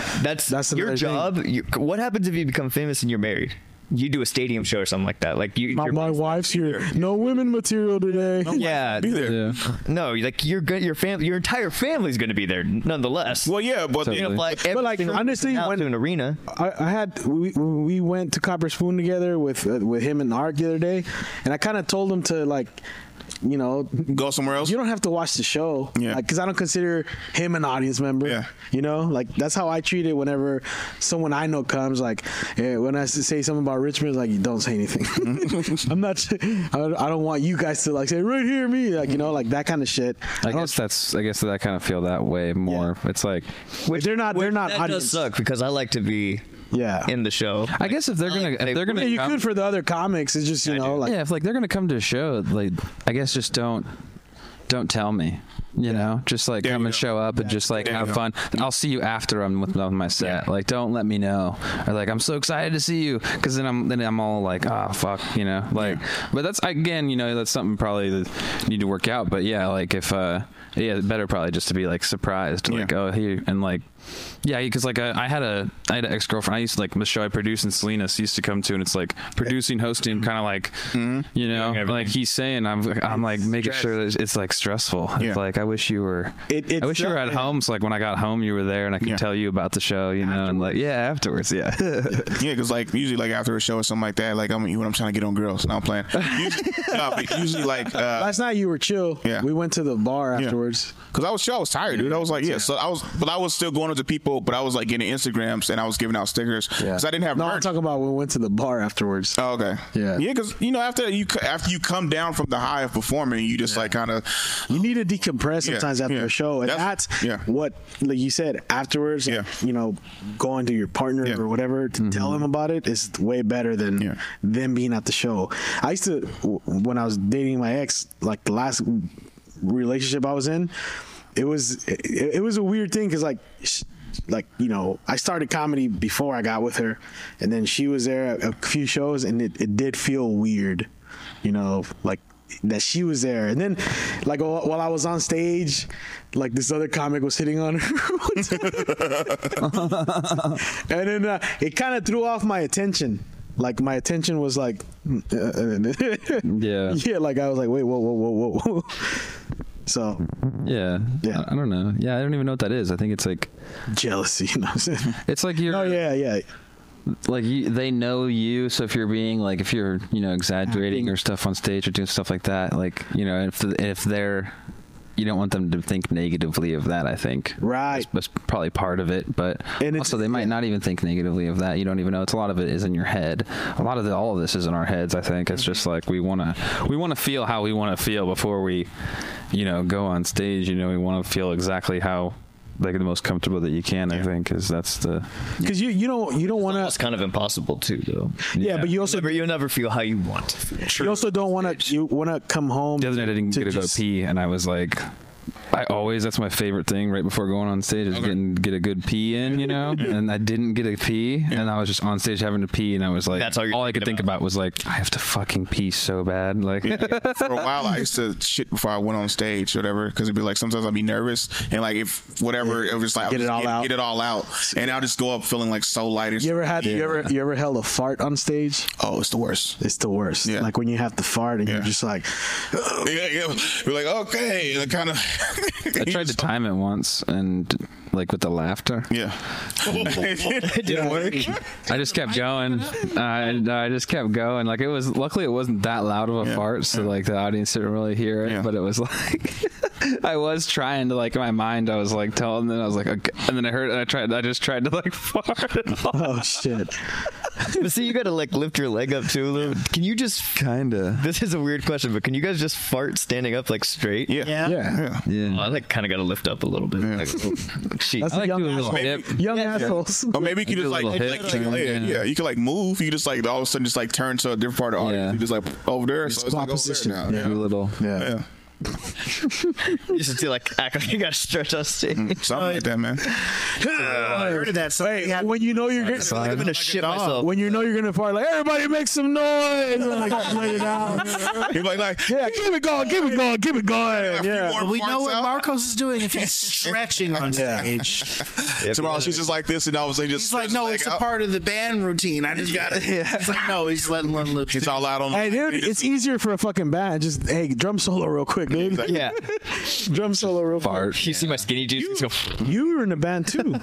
F: That's
E: that's that's your
F: another thing.
E: job. You, what happens if you become famous and you're married? You do a stadium show or something like that. Like you,
F: My,
E: your-
F: my wife's here. No women material today.
E: yeah,
G: Be there.
I: yeah.
E: no, like your good, your family, your entire family's going to be there nonetheless.
G: Well, yeah, but
E: You know,
I: Totally.
E: like, every
F: like,
E: single
F: honestly,
E: person out
F: when-
E: to an arena,
F: I, I had we we went to Copper Spoon together with uh, with him and Art the other day, and I kind of told him to like, you know,
G: go somewhere else.
F: you don't have to watch the show,
G: Yeah.
F: Because I don't consider him an audience member.
G: Yeah.
F: You know, like that's how I treat it. Whenever someone I know comes, like eh, when I s- say something about Richmond, it's like you don't say anything.
G: Mm-hmm.
F: [laughs] I'm not. I don't- I don't want you guys to like say right here me, like you know, like that kind of shit.
I: I guess that's I guess that I kind of feel that way more. It's like
F: If they're not. They're not
E: that
F: audience.
E: does suck because I like to be
F: Yeah.
E: in the show.
I: I guess if they're gonna if they're gonna
F: yeah, you
I: come-
F: could for the other comics. It's just you know, like
I: yeah, if like they're gonna come to a show, like I guess just don't don't tell me. You know, just like
G: There
I: come
G: you
I: and
G: go.
I: show up and just like
G: There you
I: have
G: go.
I: fun. I'll see you after I'm with on my set. Like, don't let me know. Or like, I'm so excited to see you, because then I'm then I'm all like, ah, fuck, you know. Like, but that's again, you know, that's something probably that you need to work out. But yeah, like if uh, yeah, better probably just to be like surprised, like oh here and like yeah, because like I, I had a I had an ex girlfriend. I used to like the show I produced in Salinas used to come to, and it's like producing, hosting, kind of like you know, like he's saying, I'm I'm like making sure that it's like stressful.
G: Yeah.
I: It's like I wish you were.
F: It- it's
I: I wish you were
F: not-
I: at home. So like when I got home, you were there, and I could
G: Yeah.
I: tell you about the show, you know, and like yeah, afterwards, yeah.
G: Yeah, because like usually like after a show or something like that, like I'm when I'm trying to get on girls, now I'm playing.
F: [laughs]
G: Usually, no, but usually like uh
F: last night you were chill.
G: Yeah.
F: We went to the bar
G: Yeah.
F: afterwards.
G: because I was chill, I was tired, dude. I was like, yeah. So I was, but I was still going up to people, but I was like getting Instagrams and I was giving out stickers because I didn't have
F: No, I'm
G: merch.
F: talking about when we went to the bar afterwards.
G: Oh, okay.
F: Yeah.
G: Yeah, because you know after you c- after you come down from the high of performing, you just like kind of
F: You need to decompress
G: Yeah,
F: sometimes after
G: yeah.
F: a show, and
G: That's-
F: that's,
G: yeah.
F: what, like you said, afterwards. like,
G: Yeah.
F: you know, going to your partner
G: Yeah. Mm-hmm.
F: or whatever to tell him about it is way better than
G: Yeah.
F: them being at the show. I used to w- when I was dating my ex, like the last relationship I was in, it was it, it was a weird thing because like. Sh- like you know, I started comedy before I got with her, and then she was there at a few shows, and it, it did feel weird, you know, like that she was there. And then, like while while I was on stage, like this other comic was hitting on her, [laughs] and then uh, it kind of threw off my attention. Like my attention was like, [laughs]
I: Yeah.
F: yeah. Like I was like, wait, whoa, whoa, whoa, whoa. so
I: Yeah.
F: Yeah.
I: I, I don't know. Yeah, I don't even know what that is. I think it's like
F: jealousy. [laughs] You know what I'm saying?
I: it's like you're
F: Oh yeah, yeah.
I: like you, they know you. So if you're being like if you're you know exaggerating or stuff on stage or doing stuff like that, like you know if if they're you don't want them to think negatively of that. I think
F: Right.
I: That's, that's probably part of it, but
F: And it's-
I: also they might not even think negatively of that. You don't even know. It's a lot of it is in your head. A lot of the, all of this is in our heads. I think it's
F: Mm-hmm.
I: just like we want to we want to feel how we want to feel before we, you know, go on stage. You know, we want to feel exactly how like the most comfortable that you can. I think because that's the
F: because you you don't you don't want
E: It's kind of impossible too, though.
F: Yeah, but you also-
E: never, you'll never feel how you want to feel.
F: to. You also don't want to. You want to come home.
I: The other night I didn't
F: to
I: get to go
F: just-
I: pee, and I was like, I always that's my favorite thing right before going on stage is getting get a good pee in,
F: [laughs]
I: you know. and I didn't get a pee, and I was just on stage having to pee, and I was like,
E: That's all you're
I: I could
E: thinking
I: think about was like, I have to fucking pee so bad, like. [laughs]
G: For a while, I used to shit before I went on stage, or whatever, because it'd be like sometimes I'd be nervous and like if whatever, it was like I'll
F: Get it
G: just
F: all out.
G: get it all out, and I'll just go up feeling like so light. and
F: You ever
G: shit.
F: had you ever you ever held a fart on stage?
G: Oh, it's the worst.
F: It's the worst.
G: Yeah.
F: Like when you have to fart and
G: Yeah.
F: you're just like,
G: yeah, yeah. We're like okay, and [laughs] kind of.
I: I tried
F: [laughs]
I: to time it once, and like with the laughter,
G: [laughs] Yeah.
E: It didn't work.
I: I just kept going. Uh, and I just kept going. Like it was. Luckily, it wasn't that loud of a
G: Yeah,
I: fart, so like the audience didn't really hear it.
G: Yeah.
I: But it was [laughs] like I was trying to like in my mind. I was like telling them. I was like, okay. and then I heard. And I tried. I just tried to like [laughs] fart. and all.
F: oh shit.
E: But see, you gotta like lift your leg up too. a little. Can you just?
I: Kinda.
E: This is a weird question, but can you guys just fart standing up like straight?
G: Yeah.
A: Yeah.
I: Yeah. Yeah.
E: Well, I like kind of gotta lift up a little bit. Like, oh, shit.
F: That's
I: I like
F: young
I: doing a little
G: asshole.
I: dip.
F: Young assholes.
G: Or maybe you can
I: Do a
G: just like,
I: little
G: like,
I: hip
G: like,
I: turn,
G: yeah,
I: yeah.
G: yeah, you can like move. You just like all of a sudden just like turn to a different part of the audience.
I: Yeah.
G: You just like over there. So it's
F: swap
G: like over
F: position.
G: there now.
I: Do a little.
F: Yeah.
G: Yeah.
E: you just do like act like you gotta stretch on stage.
G: Something like that, man.
A: Oh, I heard of that. So
F: Hey, when you know you're
E: I'm
F: gonna,
E: gonna shit myself.
F: when you know you're gonna fart, like everybody make some noise. Like, let it out.
G: You're like, like
F: Yeah, keep it going, keep it going, keep it going. Yeah.
G: more
A: we know
G: farts
A: what
G: out.
A: Marcos is doing if
G: [laughs]
A: he's stretching on stage.
G: Tomorrow she's just like this, and all of a sudden just
A: He's like,
G: stretches
A: no,
G: leg
A: it's a
G: out.
A: part of the band routine. I just got it. He's like, no, he's letting one loose.
G: It's all out on.
I: [laughs]
F: Hey, dude,
G: It's-
F: it's easier for a fucking band. Just hey, drum solo real quick, dude.
E: [laughs] yeah,
F: [laughs] Drum solo real quick.
E: you see my skinny jeans? Go,
I: [laughs]
F: You were in a band too.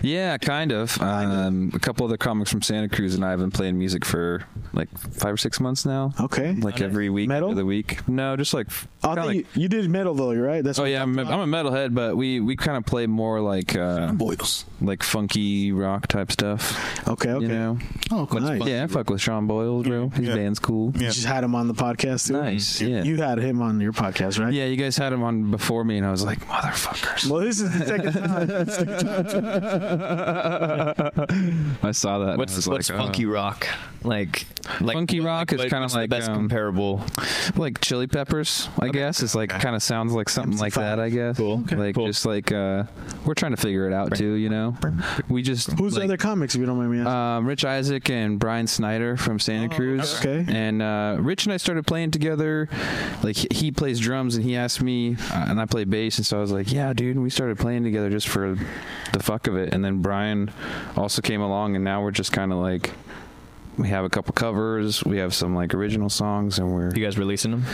I: Yeah, kind of. Um, a couple other comics from Santa Cruz and I have been playing music for like five or six months now.
F: Okay.
I: Like every week,
F: Metal?
I: of the week. No, just like
F: I
I: kinda
F: think
I: like-
F: you, you did metal though, right? That's
I: Oh yeah, I'm a, I'm a metalhead, but we we kind of play more like uh,
G: boils.
I: like funky rock type stuff.
F: Okay, okay. Mm,
I: You know?
F: Oh, cool. nice.
I: Yeah, I fuck with Sean Boyle, bro. His
G: Yeah.
I: band's cool.
F: You just had him on the podcast too.
I: Nice. Yeah.
F: You had him on your podcast, right?
I: yeah, you guys had him on before me, and I was like, motherfuckers.
F: Well, this is the
I: [laughs]
F: second time.
I: I saw that. and I
E: what's
I: was
E: what's
I: like, oh.
E: funky rock? Like, like
I: Funky
E: what-
I: rock is
E: what-
I: kinda
E: what's
I: like,
E: the best
I: um,
E: comparable.
I: like chili peppers i guess it's like kind of sounds like something like that i guess cool. like just like uh we're trying to figure it out too you know we just
F: Who's
I: like,
F: the other comics? If you don't mind me asking.
I: um, Rich Isaac and Brian Snyder from Santa Cruz.
F: Oh, okay.
I: And uh, Rich and I started playing together. Like he- he plays drums and he asked me, uh, and I play bass. And so I was like, "Yeah, dude." And we started playing together just for the fuck of it. And then Brian also came along, and now we're just kind of like. We have a couple covers. We have some like original songs, and we're
E: You guys releasing them?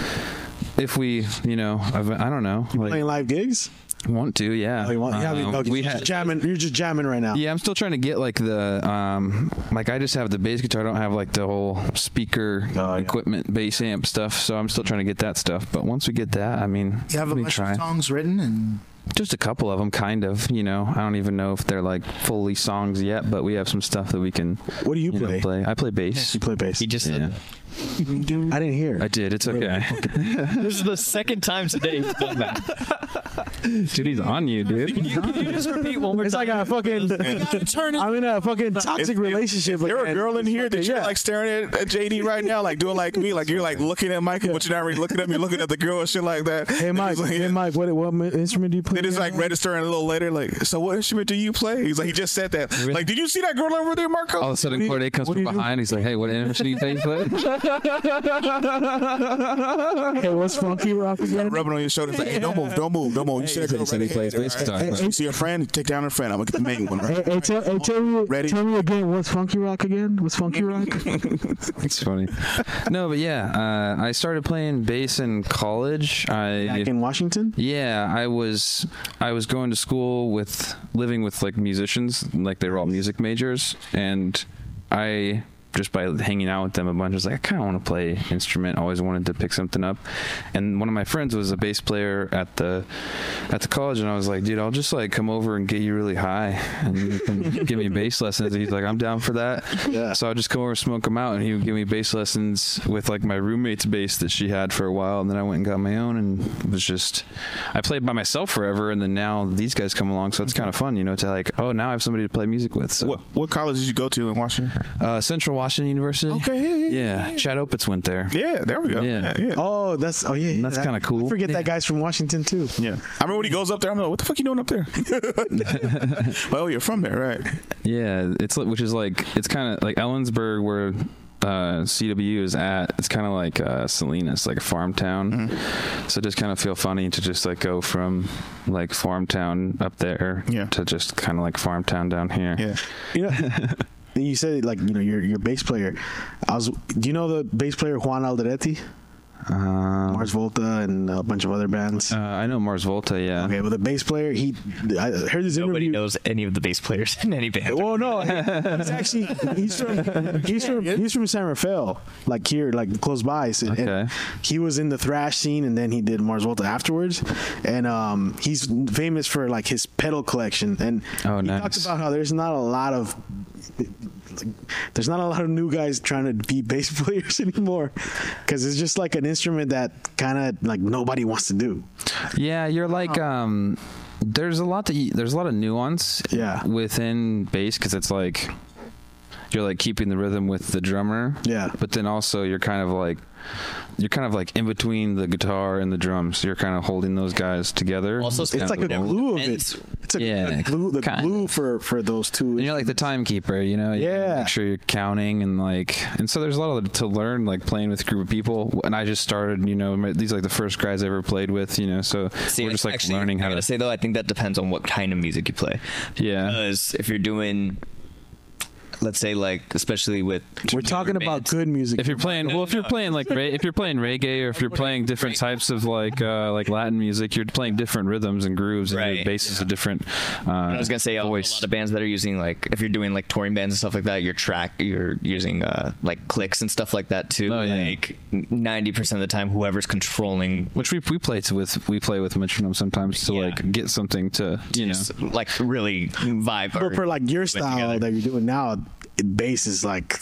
I: if we, you know, I've, I don't know, like
F: Playing live gigs?
I: want to, yeah.
F: Oh, you want? yeah,
I: Um,
F: no,
I: we
F: you're just
I: had,
F: jamming. You're just jamming right now.
I: yeah, I'm still trying to get like the, um, like I just have the bass guitar. I don't have like the whole speaker
F: Oh, yeah.
I: equipment, bass amp stuff. So I'm still trying to get that stuff. But once we get that, I mean,
A: You have a
I: we
A: bunch
I: try.
A: of songs written and
I: Just a couple of them, kind of. You know, I don't even know if they're like fully songs yet, but we have some stuff that we can
F: What do you,
I: you know,
F: play?
I: play. I play bass.
F: You play bass.
E: He just
I: Yeah,
F: I didn't hear.
I: I did. It's okay.
E: [laughs]
I: [laughs]
E: this is the second time today he's done that.
I: Dude, he's on
F: [laughs]
I: you, dude.
E: Can you just repeat one more
F: it's like a fucking. [laughs]
A: turn it.
F: I'm in a fucking toxic relationship.
G: There a
F: again.
G: girl in here that you're
F: Yeah.
G: like staring at, at JD right now, like doing
F: [laughs]
G: like me, like you're like looking at Mike, but you're not really looking at me, you're looking at the girl and shit like that.
F: [laughs] Hey Mike, hey Mike, what what mi- instrument do you play?
G: Then it's like registering a little later, like, so what instrument do you play? He's like, he just said that. Like, did you see that girl over there, Marco?
I: All of a
F: What
I: sudden,
F: do you-
I: Corday comes
F: what do
I: from
F: you do?
I: behind. He's like, "Hey, what instrument do you think you play?" [laughs]
F: hey, what's funky rock again?
G: rubbing on your shoulder, like, hey, don't move, don't move, don't move. You see that girl right here. You see a friend, take down her friend. I'm gonna get the main one.
F: Hey, hey, tell, hey, tell me,
G: Ready?
F: tell me again. What's funky rock again? What's funky rock?
I: It's funny. No, but yeah, uh, I started playing bass in college. I
F: Back in Washington.
I: yeah, I was I was going to school with living with like musicians, like they were all music majors, and I just by hanging out with them a bunch. I was like, I kind of want to play instrument. Always wanted to pick something up. And one of my friends was a bass player at the at the college, and I was like, dude, I'll just like come over and get you really high and you can give me bass lessons. And he's like, I'm down for that.
F: Yeah.
I: So I just come over, and smoke him out, and he would give me bass lessons with like my roommate's bass that she had for a while, and then I went and got my own, and it was just I played by myself forever, and then now these guys come along, so it's kind of fun, you know, to like, oh, now I have somebody to play music with. So
G: What what college did you go to in Washington?
I: uh, Central Washington University.
G: Okay, yeah, yeah,
I: yeah. Chad Opitz went there.
G: Yeah, there we go.
I: Yeah.
G: Yeah, yeah.
F: Oh, that's oh yeah. yeah,
I: That's
F: that-
I: kinda cool.
F: I forget that guy's from Washington too.
G: Yeah. I remember when he goes up there, I'm like, what the fuck you doing up [laughs] there? oh, you're from there, right?
I: Yeah, it's li- which is like it's kind of like Ellensburg where uh, CW is at. It's kind of like uh, Salinas, like a farm
G: Mm-hmm.
I: town. So it just kind of feel funny to just like go from like farm town up there
G: Yeah.
I: to just kind of like farm town down here.
G: Yeah.
F: You know, you said like you know your your bass player. I was. Do you know the bass player Juan Alderetti?
I: Um,
F: Mars Volta and a bunch of other bands.
I: uh, I know Mars Volta. Yeah.
F: okay, well the bass player he. I heard this
E: Nobody
F: interview.
E: knows any of the bass players in any band.
F: Well, Oh, no, [laughs] he's actually he's
I: [laughs]
F: from he's from he's from San Rafael, like here, like close by. So, and
I: Okay.
F: he was in the thrash scene, and then he did Mars Volta afterwards, and um, he's famous for like his pedal collection. And
I: Oh,
F: he
I: nice.
F: talks about how there's not a lot of there's not a lot of new guys trying to be bass [laughs] players anymore because it's just like an instrument that kind of like nobody wants to do.
I: Yeah, you're
F: Oh.
I: like um there's a lot to eat. There's a lot of nuance
F: Yeah.
I: within bass cuz it's like you're like keeping the rhythm with the drummer.
F: Yeah.
I: But then also you're kind of like you're kind of like in between the guitar and the drums. You're kind of holding those guys together.
E: Also,
I: And-
F: It's like a
E: Whatever
F: glue of
E: depends.
F: it. It's a,
I: Yeah,
F: a glue, the
I: kinda.
F: glue for for those two.
I: and you're like the timekeeper, you know. You
F: Yeah.
I: Make sure you're counting and like, and so there's a lot to learn, like playing with a group of people. And I just started, you know, my- these are like the first guys I ever played with, you know. So we're just like
E: actually,
I: learning
E: I
I: how
E: gotta
I: to.
E: say though, I think that depends on what kind of music you play.
I: Yeah.
E: Because if you're doing, let's say like, especially with
F: We're talking about good music.
I: If you're playing, well, if you're playing like re- if you're playing reggae or if you're playing different types of like uh, like Latin music, you're playing different rhythms and grooves and your
E: Right.
I: basses are different. Uh,
E: I was gonna say uh, a lot of bands that are using like if you're doing like touring bands and stuff like that, your track you're using uh like clicks and stuff like that too.
I: Oh, yeah.
E: Like ninety percent of the time, whoever's controlling,
I: which we we play to with we play with metronome sometimes to
E: Yeah.
I: like get something to you know.
E: is, like really vibe.
F: but for like your
E: went
F: style
E: together.
F: that you're doing now, it- bass is like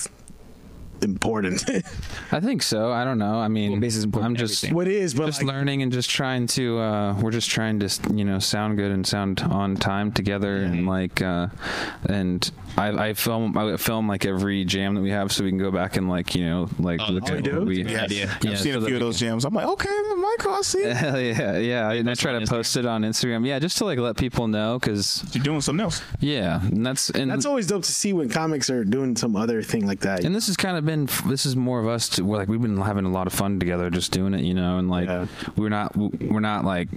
F: important. [laughs]
I: I think so. I don't know. I mean,
E: Well, bass is important
I: I'm
E: to
I: just
E: everything.
F: what is, but
I: just
F: like,
I: learning and just trying to uh, we're just trying to you know sound good and sound on time together and like uh, and I, I film I film like every jam that we have so we can go back and like you know like look at what we
G: Yeah.
E: idea.
I: Yeah,
G: I've seen
I: so
G: a
I: that
G: few of
I: we
G: those jams. I'm like, okay, Michael, I see. it.
I: [laughs] Hell yeah, yeah. And I try
E: on
I: to post it on Instagram. Yeah, just to like let people know, cause
G: [laughs] You're doing something else.
I: yeah, and that's and
F: that's always dope to see when comics are doing some other thing like that.
I: and this has kind of been this is more of us. To, we're like we've been having a lot of fun together, just doing it, you know, and like
F: Yeah.
I: we're not we're not like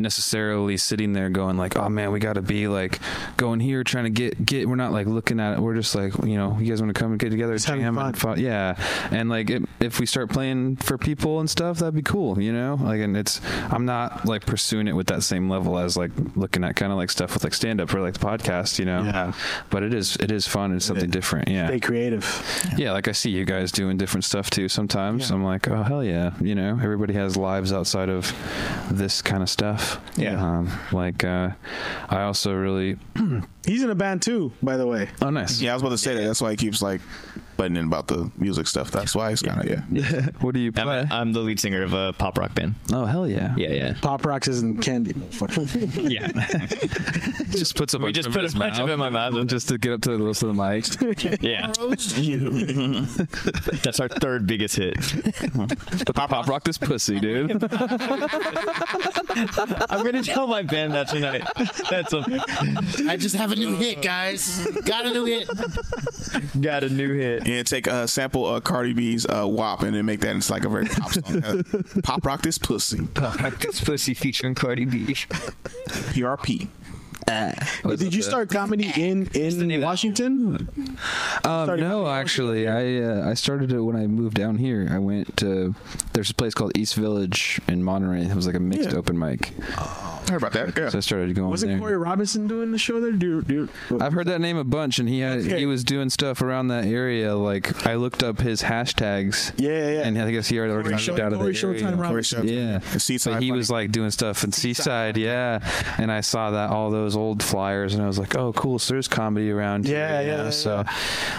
I: necessarily sitting there going like oh man we got to be like going here trying to get get we're not like looking at it we're just like you know you guys want to come and get together
F: having
I: jam and
F: fun.
I: fu- yeah and like it, if we start playing for people and stuff that'd be cool you know like and it's i'm not like pursuing it with that same level as like looking at kind of like stuff with like stand up or like the podcast you know
F: Yeah.
I: but it is it is fun it's something different yeah
F: Stay creative.
I: yeah, like I see you guys doing different stuff too sometimes. I'm like, oh, hell yeah. You know, everybody has lives outside of this kind of stuff.
G: Yeah.
I: Um, like, uh, I also really.
F: He's in a band too, by the way.
I: Oh, nice.
G: Yeah, I was about to say that. That's why he keeps like buttoning about the music stuff. That's why he's kind of yeah.
I: [laughs] What do you
E: I'm,
I: play?
E: I'm the lead singer of a pop rock band.
I: oh, hell yeah.
E: Yeah, yeah,
F: Pop rocks isn't candy.
E: yeah.
I: Just puts a
E: we
I: bunch
E: just
I: of
E: put
I: his
E: a bunch
I: mouth
E: of it in my mouth.
I: Just to get up to the list of the mic. [laughs]
E: Yeah, [laughs] that's our third biggest hit.
I: pop, pop, rock this [laughs] pussy, dude.
E: I'm gonna tell my band that tonight. [laughs] That's a
H: I just have a new hit, guys. Got a
A: [laughs]
H: new hit.
E: got a new hit.
G: Yeah, take a uh, sample of Cardi B's uh, "WAP" and then make that into like a very pop song. Uh,
I: [laughs]
G: pop rock this pussy,
E: this pussy featuring Cardi B.
G: PRP.
F: Did you start comedy in in Washington?
I: Um, no, actually, I uh, I started it when I moved down here. I went to there's a place called East Village in Monterey. It was like a mixed
F: Yeah.
I: open mic,
G: I heard about that. Yeah.
I: so I started going
F: Wasn't
I: there.
F: Corey Robinson doing the show there? Do, do,
I: I've heard that name a bunch, and he had
F: Okay.
I: he was doing stuff around that area. Like I looked up his hashtags.
F: Yeah, yeah, yeah.
I: And I guess he already already
F: Corey
I: moved
F: Show-
I: out of the
F: Corey
I: area.
F: Showtime Robinson.
G: Corey Show-
I: Yeah,
G: And Seaside
I: but he
G: Funny.
I: was like doing stuff in Seaside, yeah. And I saw that all those old flyers, and I was like, "Oh, cool! So there's comedy around." here,
F: Yeah,
I: you
F: yeah,
I: know?
F: yeah,
I: So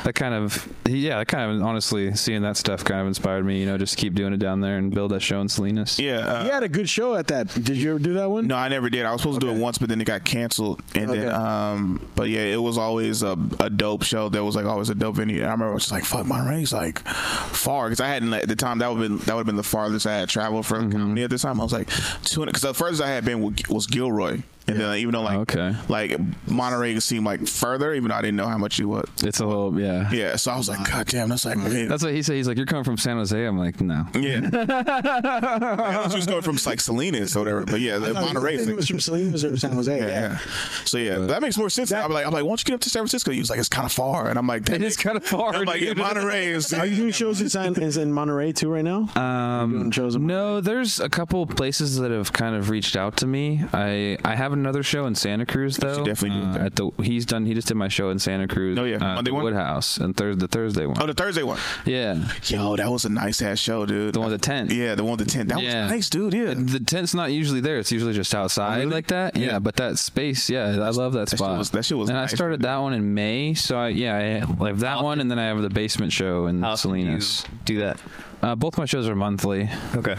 I: that kind of, yeah, that kind of honestly seeing that stuff kind of inspired me. You know, just keep doing it down there and build that show in Salinas.
G: Yeah. uh,
F: he had a good show at that. Did you ever do that one?
G: No, I never did. I was supposed to do it once, but then it got canceled. And
F: Okay.
G: then, um, but yeah, it was always a, a dope show. There was like always a dope venue. And I remember I was just like, fuck, Monterey's like far because I hadn't at the time that would been that would have been the farthest I had traveled from
F: Mm-hmm.
G: comedy at the time. I was like two because the furthest I had been wa- was Gilroy. And then even though like
I: Okay.
G: like Monterey seemed like further, even though I didn't know how much it was.
I: It's a little, yeah.
G: Yeah, so I was like, God damn, that's like
I: That's what he said. He's like, "You're coming from San Jose." I'm like, "No."
F: [laughs]
G: yeah. Like, I was just going from like Salinas or whatever, but yeah, Monterey.
F: It was from Salinas or San Jose.
G: Yeah. yeah. So yeah, that makes more sense. I'm like, I'm like, why don't you get up to San Francisco? He was like, it's kind of far, and I'm like,
I: [laughs] It is kind of far.
G: I'm like, yeah,
I: dude.
G: Monterey [laughs] is.
F: Are you doing shows in, San, is in Monterey too right now?
I: Um,
F: doing shows in
I: no, there's a couple places that have kind of reached out to me. I I have another show in Santa Cruz though.
G: definitely do
I: uh,
G: that.
I: at the he's done he just did my show in Santa Cruz.
G: Oh, yeah.
I: uh,
G: Monday
I: the
G: one?
I: Woodhouse and Thursday the Thursday one.
G: Oh, the Thursday one.
I: yeah,
G: Yo, that was a nice ass show, dude.
I: the one with the tent.
G: Yeah, the one with the tent. That
I: Yeah.
G: was nice, dude. Yeah.
I: The tent's not usually there. It's usually just outside like that. Yeah,
G: Yeah.
I: but that space, yeah, I love that
G: shit
I: spot.
G: was- that shit was
I: And
G: nice,
I: I started that one in May, so I, yeah, I have that one, and then I have the basement show in
E: How often do you
I: Salinas.
E: do that.
I: Uh, both my shows are monthly,
E: Okay.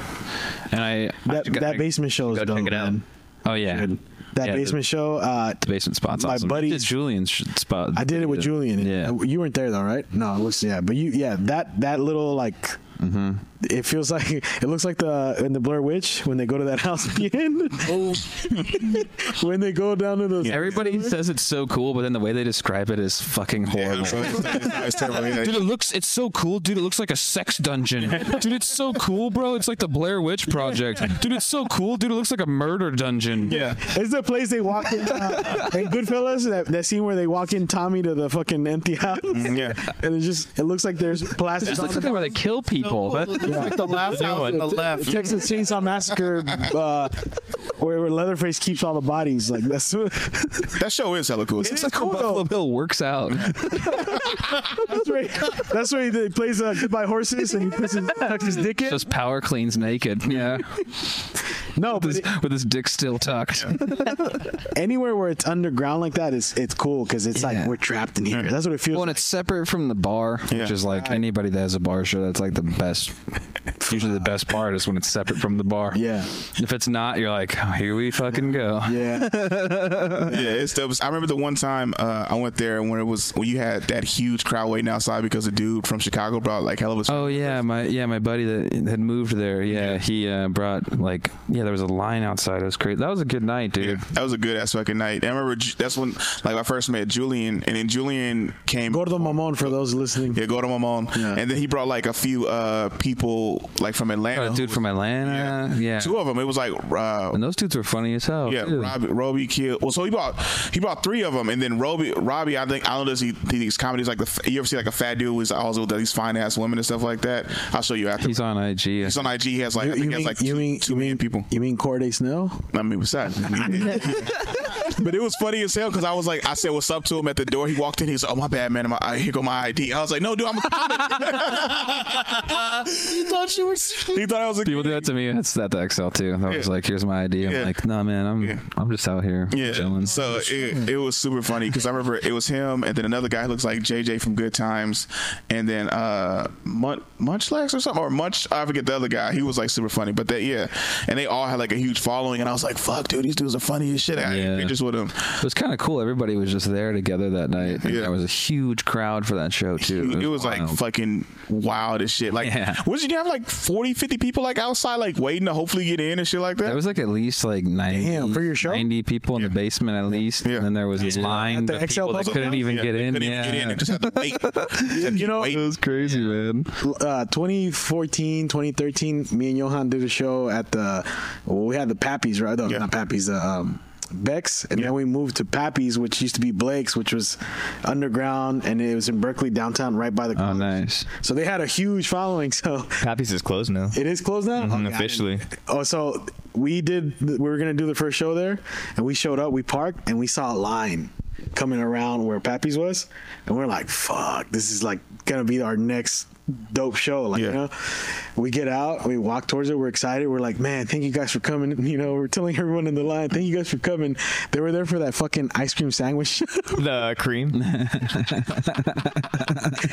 I: and I
F: That,
E: I-
F: that basement show is
E: go check
F: dope,
E: it out.
F: man.
I: oh yeah,
F: Good. That
I: Yeah, the-
F: basement show, uh,
I: The basement spot's
F: My
I: awesome.
F: buddy-
I: It's Julian's sh- spot.
F: I did it with Julian.
I: Yeah.
F: you weren't there though, right? No, it looks yeah, but you yeah that that little like.
I: Mm-hmm.
F: It feels like [laughs] it looks like the in the Blair Witch when they go to that [laughs] house at the end. [laughs]
I: Oh.
F: when they go down to the
I: Everybody says it's so cool, but then the way they describe it is fucking
G: Yeah,
I: horrible.
G: it was-
I: [laughs]
G: it was terrible.
I: Dude,
G: Yeah.
I: it looks it's so cool. Dude, it looks like a sex dungeon. Dude, it's so cool, bro. It's like the Blair Witch Project. Dude, it's so cool. Dude, it looks like a murder dungeon.
G: Yeah.
F: [laughs] It's the place they walk in. Uh, in Goodfellas, that, that scene where they walk in Tommy to the fucking empty house.
G: Yeah.
F: And it's just, it looks like there's plastic.
I: It
F: on
I: looks
F: the
I: Mm, like they where they kill people. That-
F: [laughs] like the last house
I: one.
F: in the left. Texas Chainsaw Massacre, uh, where, where Leatherface keeps all the bodies. Like that's [laughs] that's
G: That show is hella cool.
I: It's like how Buffalo Bill works out.
F: where he, that's where he, he plays uh, Goodbye Horses and he puts his, tucks his dick in.
I: Just power cleans naked. Yeah.
F: No, but
I: With his- with his dick still tucked.
F: anywhere where it's underground like that, it's it's cool because it's
I: Yeah.
F: like we're trapped in here. That's what it feels.
I: Well, and
F: like.
I: it's separate from the bar, which
G: Yeah.
I: is like anybody that has a bar show, that's like the best. Usually, the best part is when it's separate from the bar.
F: Yeah.
I: If it's not, you're like, "Oh, here we fucking go.
F: Yeah.
I: [laughs]
G: yeah, it's dope. I remember the one time uh, I went there when it was when you had that huge crowd waiting outside because a dude from Chicago brought like hell of a.
I: Oh yeah, my yeah, my buddy that had moved there. Yeah, he uh, brought like yeah, there was a line outside. It was crazy. That was a good night, dude.
G: That was a good ass fucking night. I remember Ju- that's when like I first met Julian, and then Julian came.
F: Gordo Mamon for those listening.
G: Yeah, go to Mamon. And then he brought like a few uh people like from
I: Got
G: Atlanta.
I: a Oh, dude from Atlanta. Yeah,
G: Two of them. It was like uh
I: and those dudes were funny as hell.
G: yeah,
I: too.
G: Robbie, Robbie killed. Well, so he bought he bought three of them, and then Robbie, Robbie, I think I don't know if he these comedies like the f- you ever see like a fat dude who's also with these fine ass women and stuff like that. I'll show you after.
I: he's on IG.
G: He's on IG. He has like I think he has like two, two million people.
F: You mean Corday Snow?
G: I mean, what's
I: [laughs]
G: that? but it was funny as hell because I was like, I said, "What's up?" to him at the door. He walked in. He's like, "Oh my bad, man. My, here go my ID." I was like, "No, dude, I'm a comic."
H: thought [laughs] you were.
G: [laughs] he thought I was a
I: People do that to me. That's that the XL too. I was
G: Yeah.
I: like, "Here's my ID." I'm
G: Yeah.
I: like, "Nah, man, I'm
G: Yeah.
I: I'm just out here
G: Yeah.
I: chilling."
G: So it, it was super funny because I remember it was him and then another guy who looks like JJ from Good Times and then uh Mun- Munchlax or something or Munch I forget the other guy. He was like super funny, but that yeah, and they all had like a huge following and I was like, fuck, dude, these dudes are funny as shit. I
I: Yeah.
G: had pictures with them.
I: It was kind of cool. Everybody was just there together that night. and
G: Yeah.
I: There was a huge crowd for that show too.
G: It was like
I: wild.
G: fucking wild as shit. Like,
I: Yeah.
G: was you have like 40, 50 people like outside, like waiting to hopefully get in and shit like that?
I: There was like at least like 90,
F: Damn, for your show?
I: 90 people in the basement at least.
G: Yeah.
I: And then there was a line
F: At the
I: of
F: XL
I: people that
F: Puzzle
I: couldn't
F: House?
I: even
G: Yeah,
I: get
G: they
I: in.
G: couldn't even
I: yeah.
G: get in. They
F: [laughs]
G: just had to wait.
F: You know,
G: Wait.
I: It was crazy, man.
F: uh, 2014, 2013, me and Johan did a show at the. Well, we had the Pappies, right? No,
G: Yeah.
F: Not Pappies. Uh, um, Beck's, and then we moved to Pappy's, which used to be Blake's, which was underground, and it was in Berkeley downtown, right by the.
I: Oh, nice.
F: So they had a huge following. [laughs] So
J: Pappy's is closed now.
F: it is closed now.
J: Mhm,
F: Okay, I didn't-
J: officially.
F: Oh, so we did. We were gonna do the first show there, and we showed up. We parked, and we saw a line coming around where Pappy's was, and we're like, "Fuck, this is like gonna be our next dope show." Like, you know, we get out, we walk towards it. We're excited. We're like, "Man, thank you guys for coming." [laughs] You know, we're telling everyone in the line, "Thank you guys for coming." They were there for that fucking ice cream sandwich. [laughs]
J: The uh, cream.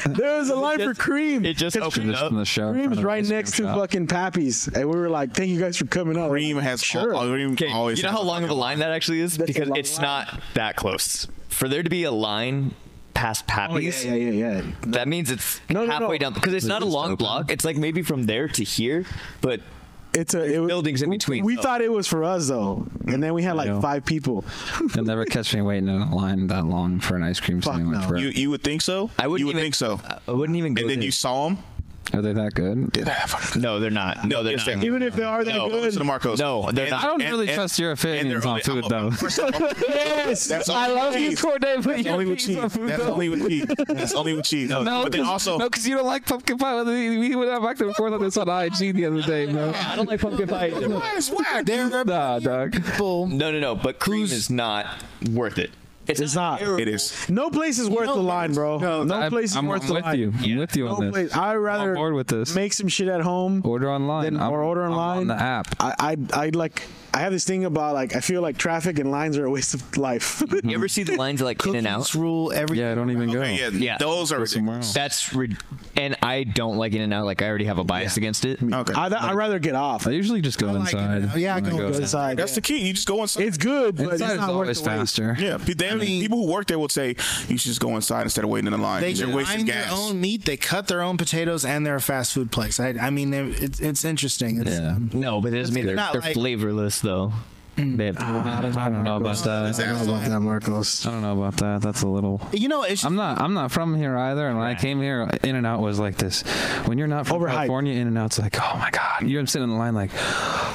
F: there was a line for cream.
J: It just
F: 'Cause
J: opened
I: Just
J: up.
I: in the show.
F: Cream's right
I: Ice cream
F: next to
I: shop.
F: fucking Pappy's, and we were like, "Thank you guys for coming out."
G: Cream has
F: Sure.
G: al- Cream
J: Okay,
G: always.
J: you know
G: has
J: how long of a line that actually is
F: That's a
J: because
F: long
J: it's
F: line.
J: not that close. For there to be a line past
F: Oh, yeah,
J: Pappy's,
F: yeah, yeah, yeah.
J: that means it's
F: No, no, no.
J: halfway down because it's not a long block. It's like maybe from there to here, but
F: It's a it was,
J: buildings in between.
F: We
J: Oh.
F: thought it was for us though, and then we had like
I: know.
F: five people.
I: You'll never catch me waiting in a line that long for an ice cream
F: Fuck
I: sandwich,
F: no.
G: [laughs]
I: bro.
G: You you would think so.
J: I wouldn't
G: You would
J: even-
G: think so.
J: I wouldn't even go.
G: And then
J: there.
G: you saw him.
I: Are they that good?
J: no, they're not. No, they're
G: yes,
J: not.
G: they
F: Even if they are that
G: No,
F: good,
G: listen to Marcos.
J: No, they're not.
I: I don't
G: And-
I: really
G: and-
I: trust your
G: and they're
I: opinions on
G: only-
I: food,
G: I'm-
I: though.
G: first of all,
F: [laughs] yes,
G: That's I only love you, cheese.
I: Corday, but
G: That's only with cheese. That's only with cheese. That's only with cheese.
I: No,
G: but then also,
I: no, because you don't like pumpkin pie. We we went out back and forth on this on IG the other day, bro.
J: I don't like pumpkin pie. Either.
H: There are
I: Nah, dog.
H: people.
J: No, no, no. But cream is not worth it. It's,
F: not.
J: terrible.
G: it is.
F: no place is worth the line, bro. No,
I: I'm-
F: place is
I: I'm,
F: worth
I: I'm
F: the
I: with
F: line.
I: you. I'm with you on
F: No
I: this.
F: place. I'd rather
I: board with this.
F: Make some shit at home
I: Order online
F: than,
I: I'm-
F: or order
I: I'm
F: online
I: on the app.
F: I I I like. I have this thing about like I feel like traffic and lines are a waste of life.
J: You ever see the lines like in and out?
H: Cookies rule every.
I: Yeah, I don't even go.
G: Okay, yeah,
J: Yeah.
G: those are ridiculous.
J: That's re- and I don't like in and out. Like I already have a bias against it.
G: Okay,
F: I'd, I'd rather get off.
I: I usually just go
H: like it
I: inside.
H: now. Yeah, I
I: when
H: go
I: outside.
F: Inside,
G: that's the key. You just go inside.
F: it's good, but it's
I: Inside is
F: not worth
I: always
F: the wait.
I: faster.
G: yeah, pe- they- people who work there will say you should just go inside instead of waiting in the line.
H: They
G: You're wasting
H: grind their
G: gas.
H: own meat. They cut their own potatoes, and they're a fast food place. I, I mean, they're- it's, it's interesting. It's,
I: Yeah.
J: No, but it doesn't mean they're,
H: not
J: they're
H: like-
J: flavorless though. They have-
I: I don't know about that.
F: I don't know about that, Marcos.
I: I don't know about that. That's a little.
H: You know, it's
I: I'm not. I'm not from here either. And when I came here, In and Out was like this. When you're not from
F: Overhyped.
I: California, In and Out's like, oh my god. You're sitting in the line like,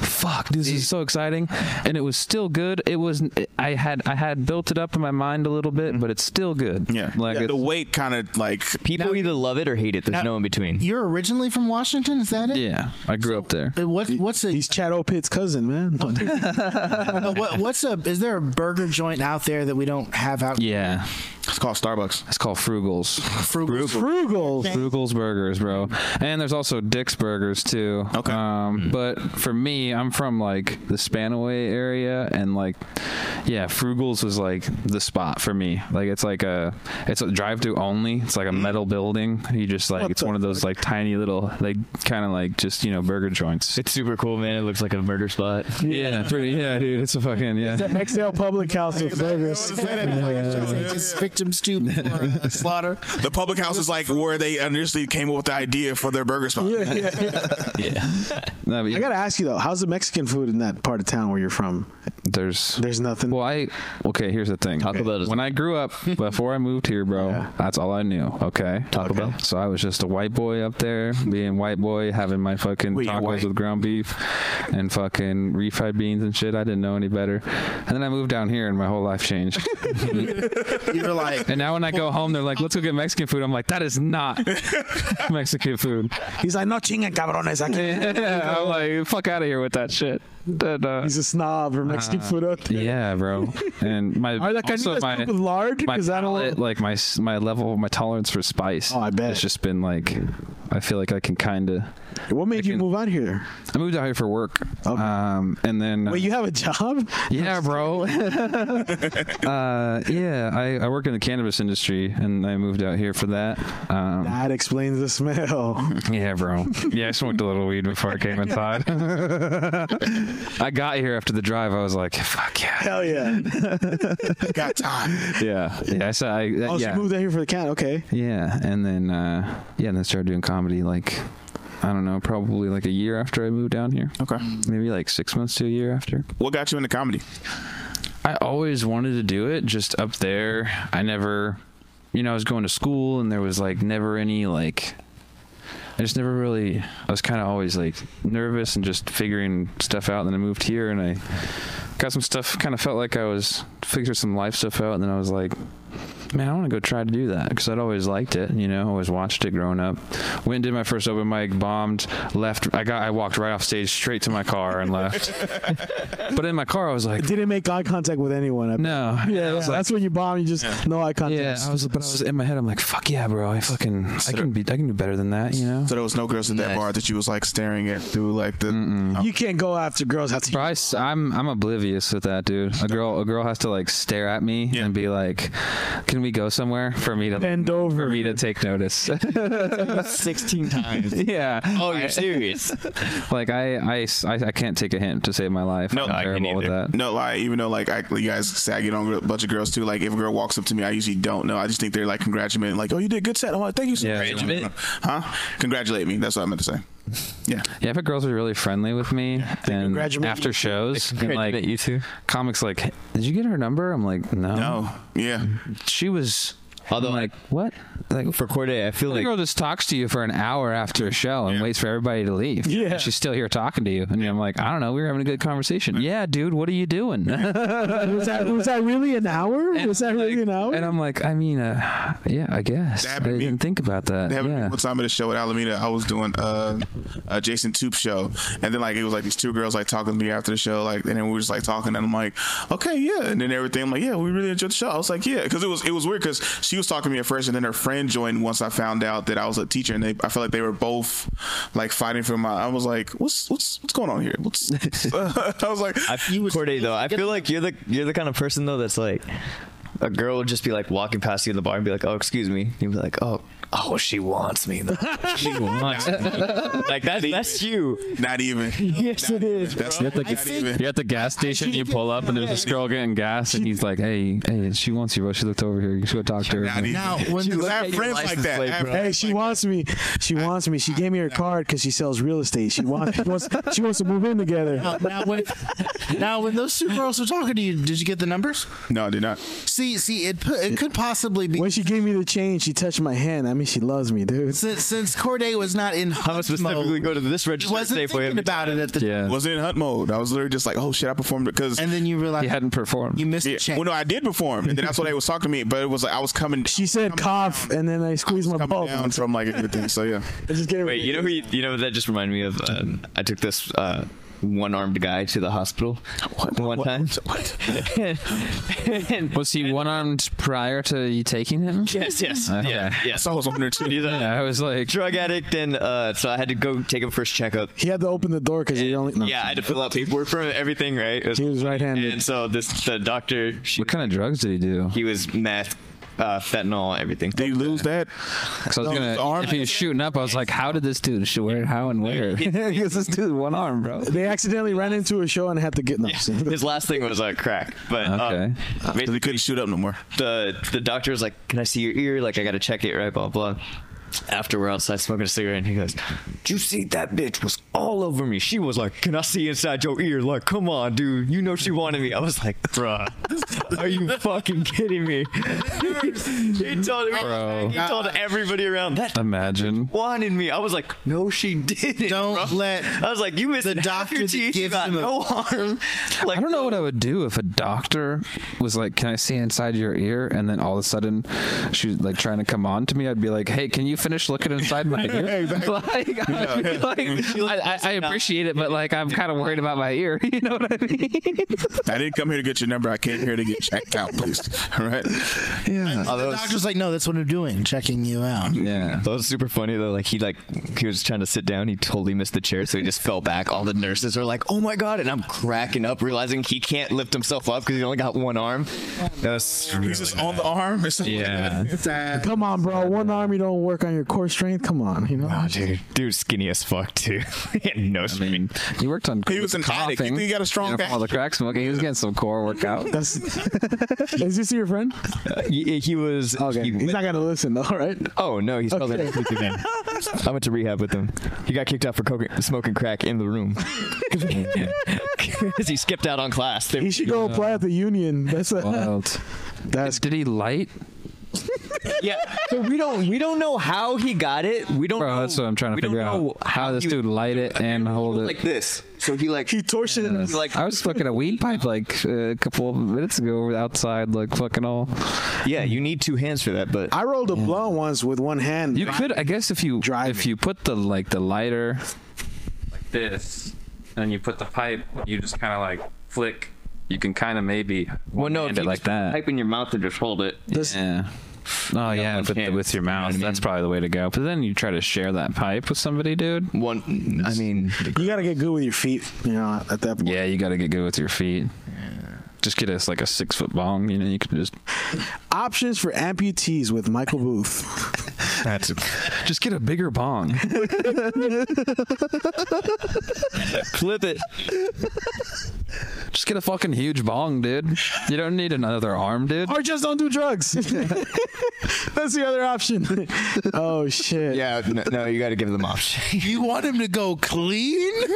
I: fuck, this is so exciting. And it was still good. It was. I had. I had built it up in my mind a little bit, but it's still good.
G: Yeah,
I: Like
G: the
I: it's-
G: weight kind of like
J: people either love it or hate it. There's no in between.
H: You're originally from Washington, is that it?
I: yeah. I grew up there.
H: Uh, What, what's a
F: He's Chad O'Pitt's cousin, man. [laughs]
H: uh, what, what's a is there a burger joint out there that we don't have out?
I: Yeah.
G: it's called Starbucks.
I: It's called Frugals.
H: Frugal.
F: Frugal.
I: Frugal's Burgers, bro. And there's also Dick's Burgers too.
G: Okay.
I: Um,
J: Hmm.
I: But for me, I'm from like the Spanaway area, and like, yeah, Frugal's was like the spot for me. Like it's like a it's a drive-through only. It's like a metal building. You just like it's one of those like tiny little like kind of like just you know burger joints.
J: It's super cool, man. It looks like a murder spot.
I: yeah, pretty. Yeah, dude, it's a fucking yeah.
F: XL Public House of Vegas.
G: Oh,
H: It's victims too. before,
I: [laughs]
H: uh, slaughter.
G: The public house is like where they initially came up with the idea for their burger spot.
F: Yeah, yeah, yeah.
I: No, but
F: I gotta ask you though, how's the Mexican food in that part of town where you're from?
I: there's
F: There's nothing.
I: Well, I okay. Here's the thing.
J: Taco Bell is-
I: When I
J: [laughs]
I: grew up, before I moved here, bro, that's all I knew. Okay.
J: Taco Bell.
I: So I was just a white boy up there, being white boy, having my fucking
G: Wait, you're
I: tacos
G: white?
I: with ground beef and fucking refried beans and shit. I didn't know any better. And then I moved down here, and my whole life changed.
H: You're like
I: and now when I go home, they're like, "Let's go get Mexican food." I'm like, "That is not Mexican food."
F: He's like, no chingan cabrones. I can't.
I: [laughs] I'm like, "Fuck out of here with that shit." Then, uh,
F: He's a snob for Mexican food out there.
I: yeah,
F: [laughs]
I: bro. And my
F: Are the
I: also
F: carnitas
I: my
F: cooked with lard?
I: my
F: Because I
I: palate,
F: don't.
I: like my s- my level my tolerance for spice.
F: Oh, I bet.
I: it's just been like I feel like I can kind of.
F: What made you move out here?
I: I moved out here for work,
F: Okay.
I: um, and then
F: Wait, you have a job?
I: yeah, bro. [laughs] uh, yeah, I, I work in the cannabis industry, and I moved out here for that. Um,
F: That explains the smell.
I: yeah, bro. Yeah, I smoked a little weed before I came inside. [laughs] I got here after the drive. I was like, fuck yeah,
F: [laughs] Hell [laughs] yeah!
G: Got time.
I: yeah, yeah. I said, I,
F: Oh, so
I: Uh, yeah.
F: you moved out here for the count. Okay.
I: Yeah, and then uh, yeah, and then started doing comedy like I don't know, probably like a year after I moved down here.
G: Okay.
I: Maybe like six months to a year after.
G: What got you into comedy?
I: I always wanted to do it, just up there. I never, you know, I was going to school and there was like never any like. I just never really. I was kind of always like nervous and just figuring stuff out. And then I moved here and I got some stuff. Kind of felt like I was figuring some life stuff out, and then I was like, man, I want to go try to do that because I'd always liked it. You know, always watched it growing up. Went and did my first open mic, bombed, left. I got, I walked right off stage, straight to my car, and left. but in my car, I was like,
F: Didn't make eye contact with anyone. I
I: no, yeah, I was like,
F: That's when you bomb. You just no eye contact.
I: yeah. I was, but I was in my head. I'm like, fuck yeah, bro. I fucking, I can be, I can do better than that. You know.
G: So there was no girls at that bar that you was like staring at through like the.
F: you can't go after girls after.
I: Bro, I, am I'm oblivious with that, dude. A girl a girl has to like stare at me and be like, "Can we go somewhere for me to
F: Bend
I: for
F: over.
I: me to take notice?"
E: 16 times.
I: yeah.
E: Oh, you're serious?
I: Like I, I, I, I can't take a hint to save my life.
G: No,
I: I'm
G: I can
I: terrible with
E: either.
I: that.
G: No lie, even though like I, you guys sag it on a bunch of girls too. Like if a girl walks up to me, I usually don't know. I just think they're like congratulating, like oh you did a good set. I'm like thank you so
I: Yeah.
G: much.
I: Congratulate.
G: huh? Congratulate me. That's what I meant to say. Yeah,
I: Yeah, but girls are really friendly with me and
F: congratulate
I: after shows, and
E: Like,
I: like
E: you too.
I: comics, like, "Did you get her number?" I'm like, "No."
G: no, yeah.
I: She was.
E: Although,
I: I'm like, what? Like,
E: [laughs] For Corday, I feel
I: The
E: like
I: girl just talks to you for an hour after a show and waits for everybody to leave.
F: Yeah.
I: And she's still here talking to you. And I'm like, I don't know. We were having a good conversation. Yeah, dude, what are you doing?
F: Was that was that really an hour? was that really an hour?
I: and I'm like, I mean, uh, yeah, I guess.
G: That
I: I
G: happened to me.
I: didn't think about that.
G: They have
I: Yeah.
G: one time at a show at Alameda. I was doing uh, a Jason Toop show, and then like it was like these two girls like talking to me after the show, like and then we were just like talking, and I'm like, okay, yeah, and then everything. I'm like, yeah, we really enjoyed the show. I was like, yeah, because it was it was weird because she was talking to me at first, and then her friend joined once I found out that I was a teacher, and they I felt like they were both like fighting for my. I was like, what's what's what's going on here?
E: [laughs]
G: What's [laughs] I was like, [laughs]
E: I feel Corday though. I feel like you're the you're the kind of person though that's like a girl would just be like walking past you in the bar and be like, "Oh, excuse me," you'd be like, "Oh, oh, she wants me." though. [laughs] she wants me. Like that's that's you.
G: not even.
E: [laughs] Yes, it is.
G: That's
E: bro.
G: not even.
I: You're at the gas station, you pull up, and there's this girl getting gas, and he's like, "Hey, hey, she wants you, bro. She looked over here. You should go talk to her."
G: Not even.
H: Now, when
G: Because I have
E: at your
G: friends like
E: license
G: that. I
E: plate,
G: have
E: bro.
F: Hey, she wants me. She wants me. She gave me her card because she sells real estate. She wants, she wants. She wants to move in together.
I: [laughs]
H: now, now when now when those two girls were talking to you, did you get the numbers?
G: No, I did not.
H: See, see, it pu- it could possibly be
F: When she gave me the change, she touched my hand. I mean, she loves me, dude.
H: since, since Corday was not in
E: I'm gonna
H: hunt
E: specifically
H: mode.
E: go to this register and
H: Wasn't
E: say for
H: thinking
E: him.
H: about it at the
I: Yeah.
G: wasn't in hunt mode. I was literally just like, oh shit, I performed because.
H: and then you
I: He
H: realize
I: hadn't
H: you
I: performed.
H: missed
G: Yeah.
H: a chance.
G: Well, no, I did perform, and then that's what they was talking to me. But it was like I was coming.
F: She said cough, and then I squeezed my
G: coming
F: balls. I
G: down from like everything. So yeah,
F: just gave her-
E: Wait, you know who? You, you know that just reminded me of. Um, I took this uh, one-armed guy to the hospital one time. and, and-
I: Was he one armed prior to you taking him?
E: yes, yes,
I: Okay.
E: Uh, yeah, yes.
G: so I was on there too.
E: He's a
I: Yeah, I was like,
E: drug addict, and uh, so I had to go take him for his checkup.
F: He had to open the door because he only. No.
E: Yeah, I had to fill out paperwork for him, everything, right? It was-
F: He was right-handed.
E: And so this the doctor, she,
I: what kind of drugs did he do?
E: he was meth, uh, fentanyl, everything.
G: Did you lose that?
I: Because I was
G: his
I: gonna,
G: arm-
I: if he was shooting up, I was like, how did this dude shoot? Where, how, and [laughs] where? Because this dude one arm, bro.
F: They accidentally ran into a show and had to get no.
E: His last thing was uh, crack, but
I: Okay.
E: uh,
G: Because he couldn't shoot up no more.
E: the the doctor was like, "Can I see your ear? Like, I gotta check it, right?" Blah blah. After we're outside smoking a cigarette, and he goes, "Did you see that bitch was all over me? She was like, can I see inside your ear? Like, come on, dude, you know she wanted me." I was like, "Bruh, are you fucking kidding me?" he told me, he told everybody around that
H: Um,
I: Imagine.
E: wanted me. I was like, "No, she didn't."
H: Don't
E: bro." Oh,
H: let
E: I was like, "You missed
H: the
E: half
H: doctor
E: your
H: that
E: teeth. You
H: gives
E: got
H: him a-
E: no
H: [laughs]
E: harm." Like,
I: I don't know what I would do if a doctor was like, "Can I see inside your ear?" and then all of a sudden she's like trying to come on to me. I'd be like, "Hey, can you finish looking
G: [laughs]
I: inside my ear?" [laughs] like, I, like, I, I- I appreciate it, but like I'm kind of worried about my ear. [laughs] You know what I mean?
G: I didn't come here to get your number. I came here to get checked out, please. [laughs] All right.
I: Yeah.
H: the doctor's like, no, that's what I'm doing, checking you out.
I: Yeah.
E: That was super funny though. Like he like he was trying to sit down, he totally missed the chair, so he [laughs] just fell back. All the nurses are like, "Oh my god!" and I'm cracking up, realizing he can't lift himself up because he only got one arm. That's
G: He's just on the arm. Or something
I: Yeah.
F: [laughs] Come on, bro. One arm you don't work on your core strength. Come on, you know.
E: dude, dude, skinny as fuck too. [laughs] He had no, I mean,
I: He worked on.
G: He was an addict. You
I: coughing,
G: think he got a strong
I: you know, from all the crack smoking. He was getting some core workout. [laughs]
F: That's. Is this your friend?
E: he, he was.
F: Okay,
E: he-
F: he's not gonna listen. All [laughs] right.
E: oh no, he's probably
F: Okay.
E: okay. [laughs] man. I went to rehab with him. He got kicked out for coca- smoking crack in the room [laughs] because he skipped out on class. They-
F: He should go apply at the union. That's a,
I: Wild.
F: that's
I: Did he light?
E: yeah. So we don't we don't know how he got it. We don't.
I: Bro,
E: know,
I: that's what I'm trying to
E: we don't
I: figure out.
E: know
I: How, this
E: he-
I: dude light it and hold it.
E: like this. So he like
F: He torsioned it.
E: he like
I: I was fucking a weed pipe like a couple of minutes ago outside, like fucking all.
E: yeah. You need two hands for that, but
F: I rolled a blunt once with one hand.
I: You could, I guess, if you
F: Driving.
I: if you put the like the lighter like this, and you put the pipe, you just kind of like flick. You can kind of maybe well
E: no, if
I: hand
E: you
I: it like
E: just
I: that.
E: pipe in your mouth and just hold it.
F: Does-
I: yeah. Oh yeah,
E: one
I: with, the,
E: hand,
I: with your mouth. That's probably the way to go. But then you try to share that pipe with somebody, dude.
E: One. I mean,
F: You gotta get good with your feet. You know, at that point.
I: Yeah, you got to get good with your feet. Just get us like a six foot bong. You know, you can just
F: Options for amputees with Michael Booth.
I: That's just get a bigger [laughs] bong.
E: flip it.
I: Just get a fucking huge bong, dude. You don't need another arm, dude.
F: or just don't do
E: [laughs]
F: drugs. That's the other option. [laughs] oh shit.
E: Yeah. No, no you got to give them options.
K: You want him to go clean?
F: [laughs]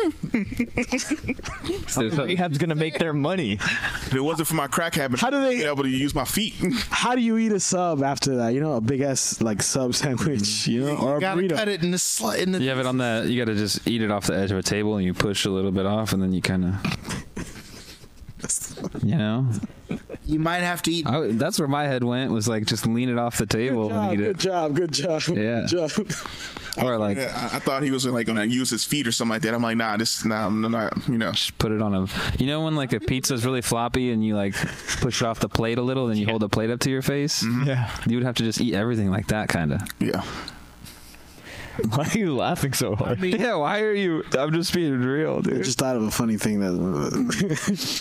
E: Rehab's gonna make their money.
G: If it wasn't for my crack habit,
F: How do they-
G: I'd be able to use my feet? [laughs]
F: How do you eat a sub after that? You know, a big ass like sub [laughs] sandwich. You know, or a
K: Gotta cut
F: burrito.
K: it in the sli- in the.
I: You have it on the. You got to just eat it off the edge of a table, and you push a little bit off, and then you
F: [laughs]
I: kind of. You know,
H: You might have to eat.
I: I, w- that's where my head went was like just lean it off the table and
F: Good
I: eat it,
F: job. Good job.
I: Yeah.
F: Good job.
I: or like
G: Yeah, I, I thought he was like gonna use his feet or something like that. I'm like, nah, this, nah, I'm not, you know.
I: just put it on a. You know when like a pizza's really floppy and you like push it off the plate a little, then you hold the plate up to your face.
E: Yeah.
I: You would have to just eat everything like that, kind of.
G: Yeah, [laughs]
E: Why are you laughing so hard?
I: Yeah, why are you? I'm just being real,
F: I
I: dude.
F: just thought of a funny thing [laughs] that.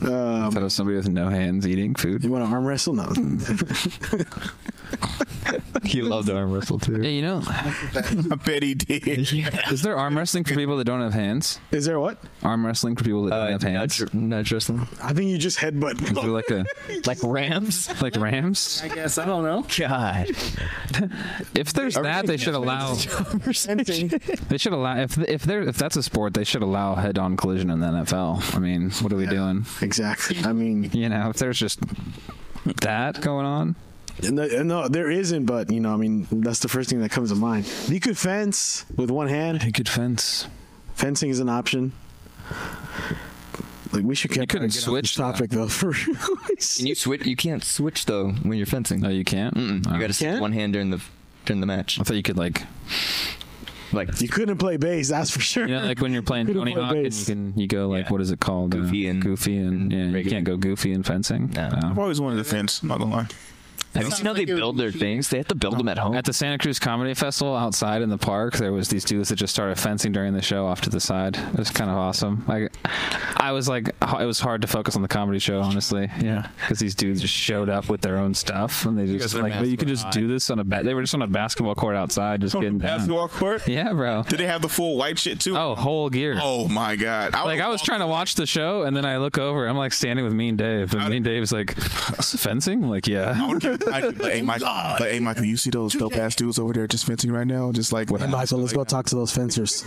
F: um,
I: Thought of somebody with no hands eating food.
F: you want to arm wrestle? No.
E: He loved arm wrestle too.
I: Yeah, you know,
G: I bet he did.
I: is there arm wrestling for people that don't have hands?
F: [laughs] Is there what?
I: Arm wrestling for people that don't
E: Uh,
I: have hands?
E: nudge, nudge wrestling,
F: I think you just
I: Is
F: [laughs]
I: there
F: headbutt.
I: like a
E: like Rams.
I: like Rams?
H: I guess I don't know.
E: God,
I: If there's that, they should allow. They should allow if if there if that's a sport, they should allow head-on collision in the NFL. I mean, what are we doing?
F: exactly. I mean,
I: You know, if there's just that going on,
F: No, no, there isn't. But you know, I mean, that's the first thing that comes to mind. You could fence with one hand.
I: you could fence.
F: Fencing is an option. Like we should get.
I: You couldn't
F: get off this
I: switch,
F: topic though. [laughs] For real.
E: Can you switch? You can't switch though when you're fencing.
I: No, you can't.
E: Mm-mm.
I: Oh.
E: You got to
F: Can't?
E: one hand during the during the match.
I: I thought you could like
E: Like
F: you couldn't play bass. That's for sure.
I: you know like when you're
E: [laughs]
I: playing
F: Could've
I: Tony
F: played
I: Hawk and
F: bass.
I: you can you go like
E: Yeah.
I: what is it called Uh,
E: Goofy and-
I: goofy and
E: and
I: yeah you
E: regular.
I: can't go goofy in fencing.
E: No.
G: I've always wanted to fence. I'm not gonna lie.
E: have you seen how they build their things? They have to build them at home.
I: At the Santa Cruz Comedy Festival outside in the park, there was these dudes that just started fencing during the show off to the side. It was kind of awesome. Like, I was like, h- it was hard to focus on the comedy show, honestly. Yeah, because these dudes just showed up with their own stuff, and they
K: guys
I: just
K: are
I: like, but you could just do this on a ba- they were just on a basketball court outside, just getting down.
G: [laughs] Basketball court.
I: Yeah, bro.
G: Did they have the full white shit too?
I: Oh, whole gear.
G: Oh my god!
I: Like I was trying to watch the show, and then I look over. I'm like standing with Mean Dave, and Mean Dave's like, "This is "Fencing?" I'm like, yeah.
G: [laughs] Michael, like, hey, Michael, like, hey, Michael, you see those dope ass dudes over there just fencing right now? Just like what?
F: Hey, Michael, let's go talk to those fencers.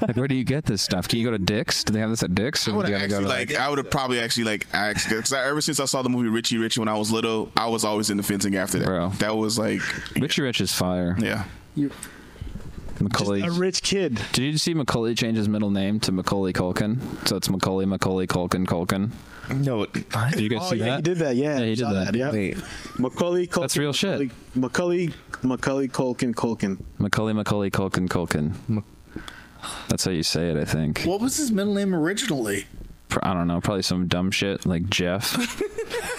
I: Like, where do you get this stuff? Can you go to Dick's? Do they have this at Dick's? Or
G: I would
I: do you
G: have
I: gotta
G: actually like, I would have probably actually like asked because ever since I saw the movie Richie Richie when I was little, I was always into fencing after that.
I: Bro.
G: That was like,
I: Richie Rich is fire.
G: yeah.
I: Macaulay.
F: a rich kid.
I: Did you see Macaulay change his middle name to Macaulay Culkin? So it's Macaulay, Macaulay, Culkin, Culkin.
E: no, [laughs]
I: Did you guys see
F: Yeah,
I: that?
F: he did that. Yeah,
I: Yeah, he did
F: saw
I: that.
F: yeah.
E: wait.
F: Macaulay Culkin.
I: That's real shit.
F: Macaulay- Macaulay, Macaulay Culkin, Culkin.
I: Macaulay, Macaulay, Culkin, Culkin. That's how you say it, I think.
K: What was his middle name originally?
I: Pr- I don't know, probably some dumb shit like Jeff.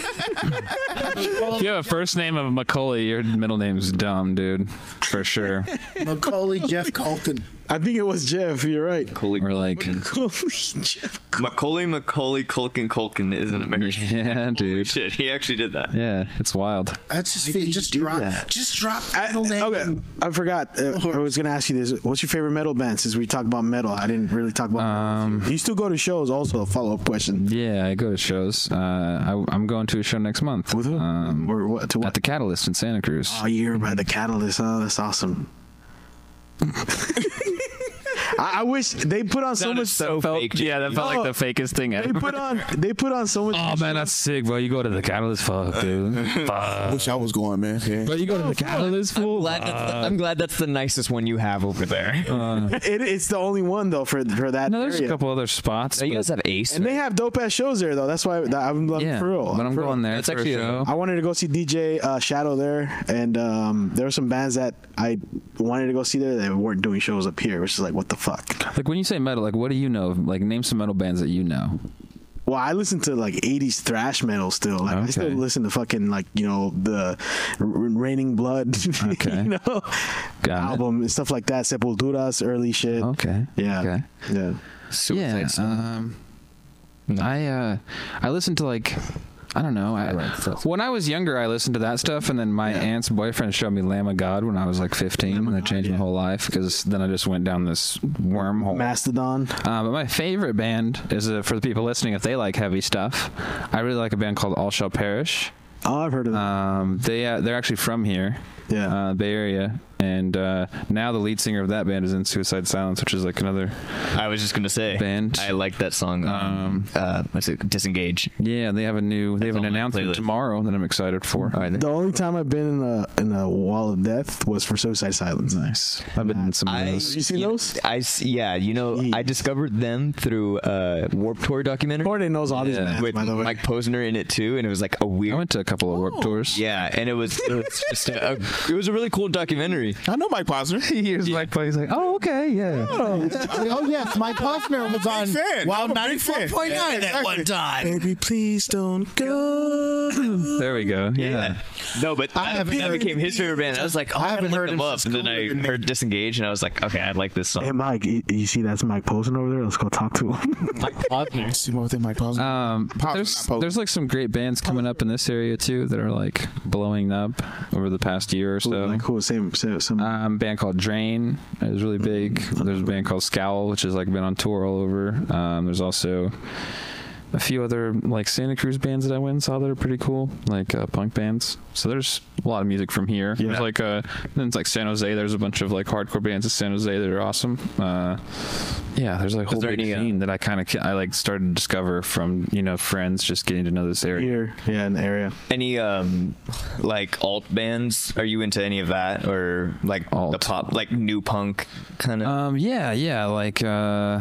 I: if you have a first name of Macaulay, your middle name's dumb, dude, for sure.
K: Macaulay Jeff Culkin.
F: I think it was Jeff. You're right. [laughs]
I: Or like,
F: Macaulay Jeff.
E: Macaulay Macaulay Culkin Culkin is an American. [laughs]
I: yeah, dude.
E: Shit, he actually did that.
I: Yeah, it's wild.
K: That's just just drop just drop middle name.
F: Okay, I forgot. Uh, I was gonna ask you this. What's your favorite metal band? Since we talked about metal, I didn't really talk about.
I: Um,
F: you still go to shows? Also, a follow up question.
I: Yeah, I go to shows. Uh, I, I'm going to a show next month.
F: With who? Ah,
I: Um,
F: or what? To
I: at
F: what?
I: the Catalyst in Santa Cruz.
F: [laughs] oh, you're by the Catalyst. Oh, that's awesome. I, I wish they put on so much
I: so fake. Yeah, that felt
F: No.
I: like the fakest thing
F: They
I: ever.
F: put on they put on so much.
I: [laughs] Oh man, that's sick, bro. You go to the catalyst, fuck, dude. Fuck.
G: Wish I was going, man. Yeah.
I: But you go to the catalyst, fool.
E: Glad that's the- I'm glad that's the nicest one you have over [laughs] there.
F: It, it's the only one though for for that.
I: No, there's
F: area.
I: a couple other spots.
E: Now you
I: but-
E: guys have Ace.
F: And they have dope ass shows there though. That's why I, I'm loving
I: yeah,
F: for real.
I: but I'm
F: For real.
I: going there.
E: That's
I: for a
E: actually a-
I: show.
F: I wanted to go see DJ uh, Shadow there, and um, there were some bands that I wanted to go see there that weren't doing shows up here, which is like, what the fuck?
I: Like when you say metal, like what do you know? Like name some metal bands that you know.
F: Well, I listen to like '80s thrash metal still. Like, I still
I: Okay.
F: listen to fucking like you know the R- Raining Blood, [laughs]
I: Okay.
F: you know,
I: Got it.
F: album and stuff like that. Sepultura's early shit.
I: Okay.
F: Yeah.
I: Okay.
F: Yeah.
I: yeah. Um, I uh, I listened to like. I don't know. I, when I was younger, I listened to that stuff, and then my aunt's boyfriend showed me Lamb of God when I was like 15, and it changed my whole life because then I just went down this wormhole.
F: Mastodon.
I: Uh, but my favorite band is uh, for the people listening if they like heavy stuff. I really like a band called All Shall Perish.
F: Oh, I've heard of that.
I: Um, they uh, they're actually from here,
F: Yeah.
I: uh, Bay Area, and uh, now the lead singer of that band is in Suicide Silence, which is like another.
E: I was just gonna say.
I: Band.
E: I like that song. Um, uh, what's it? Disengage.
I: Yeah, they have a new they have an
E: on my
I: announcement
E: playlist.
I: tomorrow that I'm excited for.
E: All right.
F: The only time I've been in a in a wall of death was for Suicide Silence.
I: Nice. I've been in some of
E: I,
I: those.
F: You seen those?
E: I s- yeah, you know, I discovered them through uh, Warp Tour documentary
F: Jordan knows all these
I: Yeah.
F: bands,
E: with
F: by the way.
E: Mike Posner in it too, and it was like a
I: I
E: weird.
I: went to a couple of warp tours.
E: Oh, yeah, and it was it was just a, a it was a really cool documentary.
G: I know Mike
I: [laughs]
G: Posner.
I: He was like, he's like, oh okay, yeah.
H: oh yes, my partner was on
G: Big fan.
H: Wild
G: I'm a big fan.
H: 94.9 at one time.
G: Baby, please don't go.
I: There we go. Yeah.
E: No, but I
H: haven't
E: that
H: heard-
E: became his favorite band. I was like, oh, I
H: haven't
E: haven't
H: heard
E: heard them
H: him
E: up,
H: since
E: and then I
H: COVID.
E: heard Disengage, and I was like, okay, I like this
F: Hey
E: song.
F: Mike, you, you see that's Mike Posen over there? Let's go talk to him.
G: See more than Mike Posner.
I: Um,
G: Pop-
I: there's
G: not pop.
I: there's like some great bands coming up in this area too that are like blowing up over the past year or so.
F: like cool, same, same, same.
I: Um, band called Drain is really big. There's a band called Scowl, which has like been on tour all over. Um, there's also a few other like Santa Cruz bands that I went and saw that are pretty cool, like uh, punk bands. So there's a lot of music from here. There's like uh, then it's like San Jose. There's a bunch of like hardcore bands in San Jose that are awesome. Uh, yeah, there's like a whole
E: there
I: big
E: any, uh,
I: scene that I kind of I like started to discover from you know friends just getting to know this area.
F: here, yeah, in the area.
E: Any um, like alt bands? Are you into any of that, or like the
I: Alt.
E: pop, like new punk kind of?
I: Um, yeah, yeah, like uh,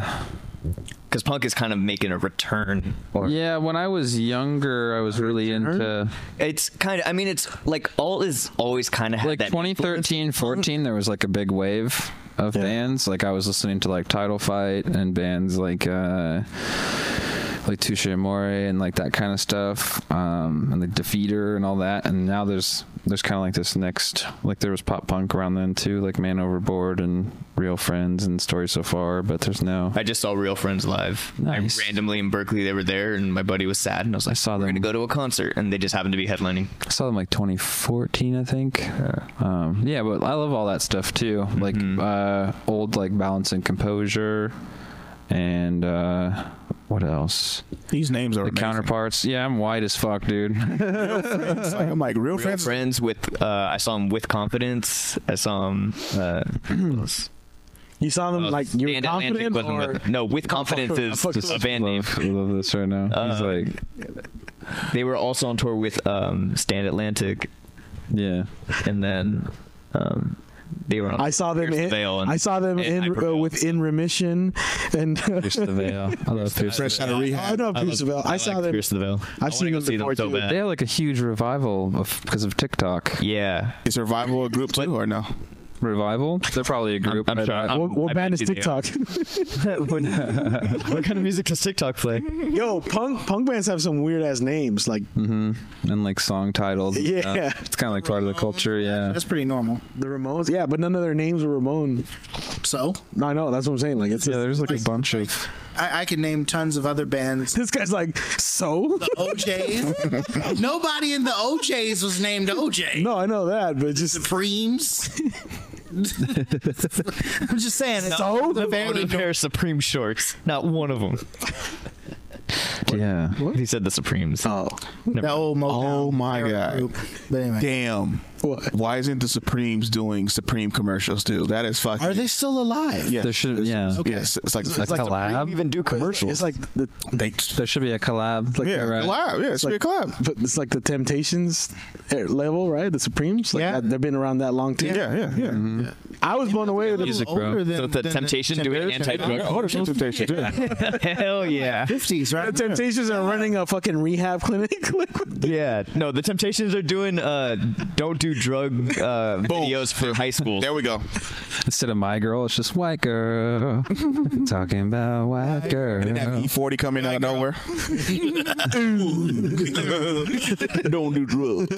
E: Because punk is kind of making a return. Or
I: yeah. When I was younger, I was really into.
E: It's kind of. I mean, it's like alt is always kind of
I: like 2013 14 there was like a big wave of
F: Yeah.
I: bands like i was listening to like title fight and bands like uh like touche amore and like that kind of stuff um and like defeater and all that and now there's there's kind of like this next like there was pop punk around then too like man overboard and real friends and story so far but there's no
E: I just saw Real Friends live.
I: Nice.
E: I randomly in Berkeley, they were there, and my buddy was sad, and I was like,
I: saw
E: "We're
I: them.
E: gonna go to a concert," and they just happened to be headlining.
I: I saw them like 2014, I think. Um, yeah, but I love all that stuff too, like uh, old like balance and composure, and uh, what else?
G: These names are
I: The
G: amazing.
I: counterparts. Yeah, I'm white as fuck, dude.
G: It's like, I'm like real,
E: Real
G: friends.
E: Friends with. Uh, I saw him with confidence. I saw him. Uh,
F: You saw them like you were
E: Oh, Stand Atlantic
F: confident,
E: wasn't
F: or
E: with- no, with confidence is
F: fuck
E: is a
F: with-
E: band name.
I: love, love this right now. He's
E: Uh,
I: like,
E: They were also on tour with um, Stand Atlantic,
I: yeah.
E: and then um, they were. On
F: I saw them.
E: Pierce the
F: In,
E: Veil and-
F: I saw them
E: and
F: in uh,
E: Hyperbole.
F: with in remission, and [laughs]
I: Pierce the veil. I love Pierce. the
G: Fresh out of
F: I
G: rehab.
F: know Pierce the Veil. I, saw
E: like
F: them.
E: Pierce the Veil. I
F: I've seen
E: wanna go
F: them
E: see them
F: before
E: so
F: too.
I: Veil.
E: bad.
I: They had like a huge revival of because of TikTok
F: [laughs]
E: Yeah,
G: Is Survival a group too or no?
I: revival. They're probably a group.
E: I'm
I: right? [laughs]
E: sure- I'm-
F: What, what
E: I
F: band
E: bet
F: is
E: you they are.
F: [laughs] TikTok?
E: what kind of music does TikTok play?
F: Yo, punk punk bands have some weird ass names. Like
I: and like song titles. and
F: Yeah.
I: stuff. it's kind of like part of the culture. Yeah,
H: That's pretty normal.
F: the Ramones. Yeah, but none of their names were Ramon.
H: So
F: No, I know. That's what I'm saying. Like it's
I: yeah. There's like a bunch of.
H: I, I can name tons of other bands.
F: this guy's like so. [laughs]
H: OJ's. Nobody in the OJ's was named OJ.
F: No, I know that, but just
G: [laughs]
H: Supremes. I'm just saying. It's
F: So?
H: the
E: Owned
H: very
E: a pair of Supreme shorts. Not one of them.
I: Yeah.
E: He said the
F: [laughs]
E: Supremes.
F: oh,
H: the old Motown
G: Oh my
H: era
G: God.
H: group. But anyway,
G: Damn. What? Why isn't the Supremes doing Supreme commercials too? That is fucking.
H: Are they still alive?
G: Yeah,
I: There should- yeah.
G: Okay. Yes, it's like
I: It's like
G: Supreme
I: collab?
G: Even do commercials.
F: It's like the
G: they.
I: There should be a collab. Like, uh,
G: Yeah,
I: you're right.
G: collab. Yeah, it
F: it's
G: should be a
F: like,
G: collab.
F: but it's like the Temptations eh, level, right? The Supremes. Like
H: Yeah.
F: that- they've been around that long too.
G: Yeah, Mm-hmm. yeah, yeah.
F: I was blown away with
I: Music,
F: the
I: bro.
H: Older than,
E: So the
H: than
E: temptation doing anti-drug
H: Oh,
G: I ordered some temptation. Yeah.
E: [laughs] Hell yeah.
H: 50s, right?
F: The Temptations are running a fucking rehab clinic. [laughs] Like, what the-
E: Yeah. No, the Temptations are doing uh don't do drug uh videos for high school. [laughs]
G: There we go.
I: Instead of my girl, it's just white girl. Talking about white girl.
G: E40 E coming out of nowhere. don't do drugs.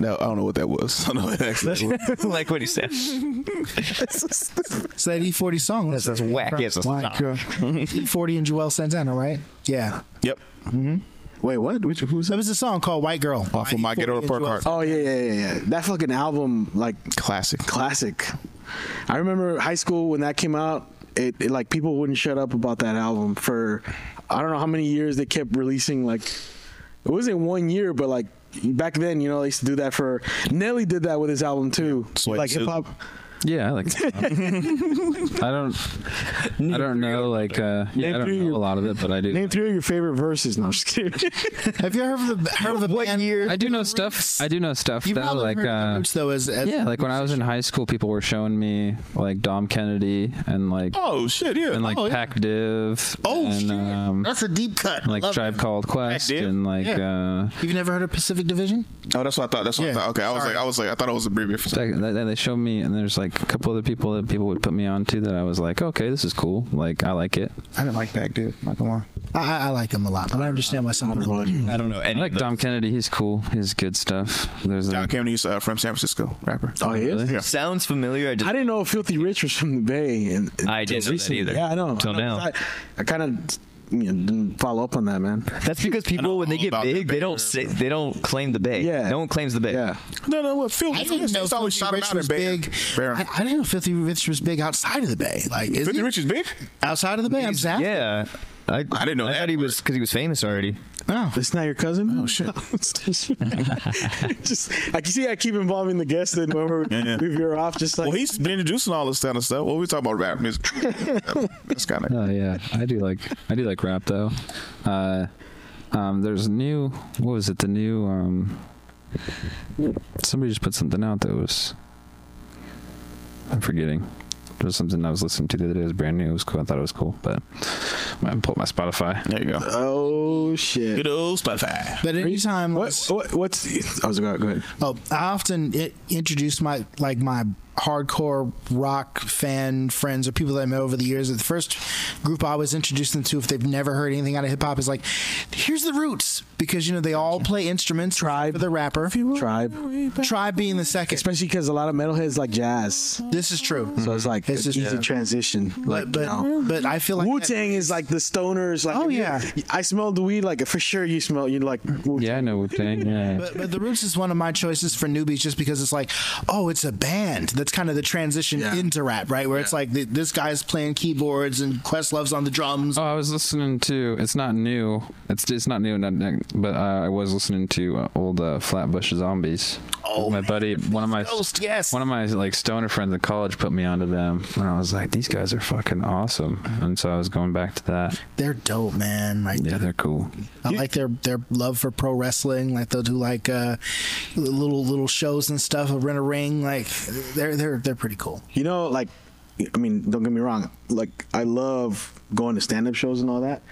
G: No, I don't know what that was. I don't know what that actually was.
E: like what he said.
H: It's that E40 song. That's
E: That's whack as a
H: Why, girl? E40 and Joel Santana, right? Yeah.
G: Yep.
F: Wait, what? Which, who's
H: That was a song called White Girl.
G: Off of my ghetto report card.
F: Oh yeah, yeah, yeah, yeah. That fucking album, like
G: Classic.
F: classic. I remember high school when that came out. It, it like people wouldn't shut up about that album for I don't know how many years they kept releasing. Like it wasn't one year, but like back then, you know, they used to do that for. Nelly did that with his album too.
G: Sweat
F: like
G: suit.
F: hip hop.
I: Yeah, I like. I don't. I don't know. Like, uh, yeah, I don't know a lot of it, but I do.
F: Name three of your favorite verses. No, I'm just kidding.
H: [laughs] Have you ever heard of the, heard of the
E: What
H: band?
E: year?
I: I do know stuff. I do know stuff
H: You've
I: though.
H: probably
I: Like,
H: heard of the
I: uh,
H: Roots, though, as, as
I: yeah, like when I was in high school, people were showing me like Dom Kennedy and like
G: Oh shit! Yeah.
I: and like
G: oh, yeah.
I: Pac Div.
H: Oh,
I: and,
H: shit.
I: Um,
H: That's a deep cut.
I: like
H: Love
I: Tribe
H: it.
I: Called Quest
G: Div?
I: and like uh,
H: You've never heard of Pacific Division?
G: Oh, that's what I thought. That's what
H: Yeah.
G: I thought. Okay, I was
H: Sorry.
G: like, I was like, I thought it was a abbreviated. for
I: Like, th- th- they showed me, and there's like a couple other people that people would put me on to that I was like, okay, this is cool. Like, I like it.
H: I didn't like that dude. Not gonna lie. I, I like him a lot, but I understand why some people.
E: I don't know
I: I
E: any
I: like Dom Kennedy. He's cool. He's good stuff. There's a,
G: John Kennedy's uh, from San Francisco rapper.
F: [laughs] oh, he is?
I: Really?
G: Yeah.
E: Sounds familiar. I just
F: I didn't know Filthy Rich was from the Bay. And, and
E: I didn't know that either.
F: Yeah, I know.
E: Till
F: I know,
E: now.
F: I, I kind of you know, didn't follow up on that, man.
E: That's because people when they
G: all
E: get
G: about the
E: big,
G: Bay
E: they don't say they don't claim the bay.
F: Yeah.
E: No one claims the bay.
F: Yeah.
G: No, no, what Phil?
H: I didn't know
G: It's always
H: Filthy
G: shot
H: Rich
G: out in
H: was
G: Bay.
H: big.
G: Bear.
H: I, I didn't know Filthy Rich was big outside of the Bay. Like, is
G: Fifty
H: he?
G: Rich is big.
H: outside of the Bay? I'm zapped.
E: Yeah. I, I
G: didn't know
E: I
G: that
E: thought he
G: part.
E: was because he was famous already.
H: No.
F: It's not your cousin? Oh [laughs] shit! [laughs] just I can see I keep involving the guests and when we're,
G: Yeah, yeah.
F: we veer off. Just like
G: Well, he's been introducing all this kind of stuff. What we talking about rap music? That's kind of.
I: Oh yeah, I do like I do like rap though. Uh, um, there's new. What was it? The new. Um, somebody just put something out that was. I'm forgetting. There was something I was listening to the other day. It was brand new. It was cool. I thought it was cool, but I might pull up my Spotify.
G: There you go.
F: oh shit!
G: Uh, Good old Spotify.
H: But anytime,
F: What, what what's? I was go ahead.
H: Oh, I often i introduce my like my hardcore rock fan friends or people that I met over the years. The first group I always introduce them to, if they've never heard anything out of hip hop, is like, "Here's the Roots," because you know they all play instruments.
F: Tribe.
H: for the rapper,
F: Tribe,
H: Tribe being the second.
F: especially because a lot of metalheads like jazz,
H: this is true.
F: so it's like
H: It's
F: it's
H: just-
F: just easy
H: yeah.
F: transition. Like
H: but but,
F: you know.
H: but I feel like
F: Wu Tang is like the stoners. Like,
H: Oh,
F: if you-
H: yeah.
F: I smelled the weed. Like for sure, you smell. You like Wu-Tang.
I: Yeah, I know Wu Tang. Yeah.
H: But, but the Roots is one of my choices for newbies, just because it's like, oh, it's a band. That's kind of the transition
F: Yeah.
H: into rap, right? Where it's like the, this guy's playing keyboards and Questlove's on the drums.
I: Oh, I was listening to. It's not new. It's it's not new. Not, not- but uh, I was listening to uh, old uh, Flatbush Zombies. Oh, my buddy, one of my
H: Ghost, yes.
I: one of my like stoner friends in college put me onto them, and I was like, these guys are fucking awesome. And so I was going back to that.
H: They're dope, man. Like
I: Yeah, they're cool.
H: I like their their love for pro wrestling. Like they'll do like uh, little little shows and stuff. Rent a ring. Like they're they're they're pretty cool.
F: You know, like, I mean, don't get me wrong. Like, I love going to stand up shows and all that.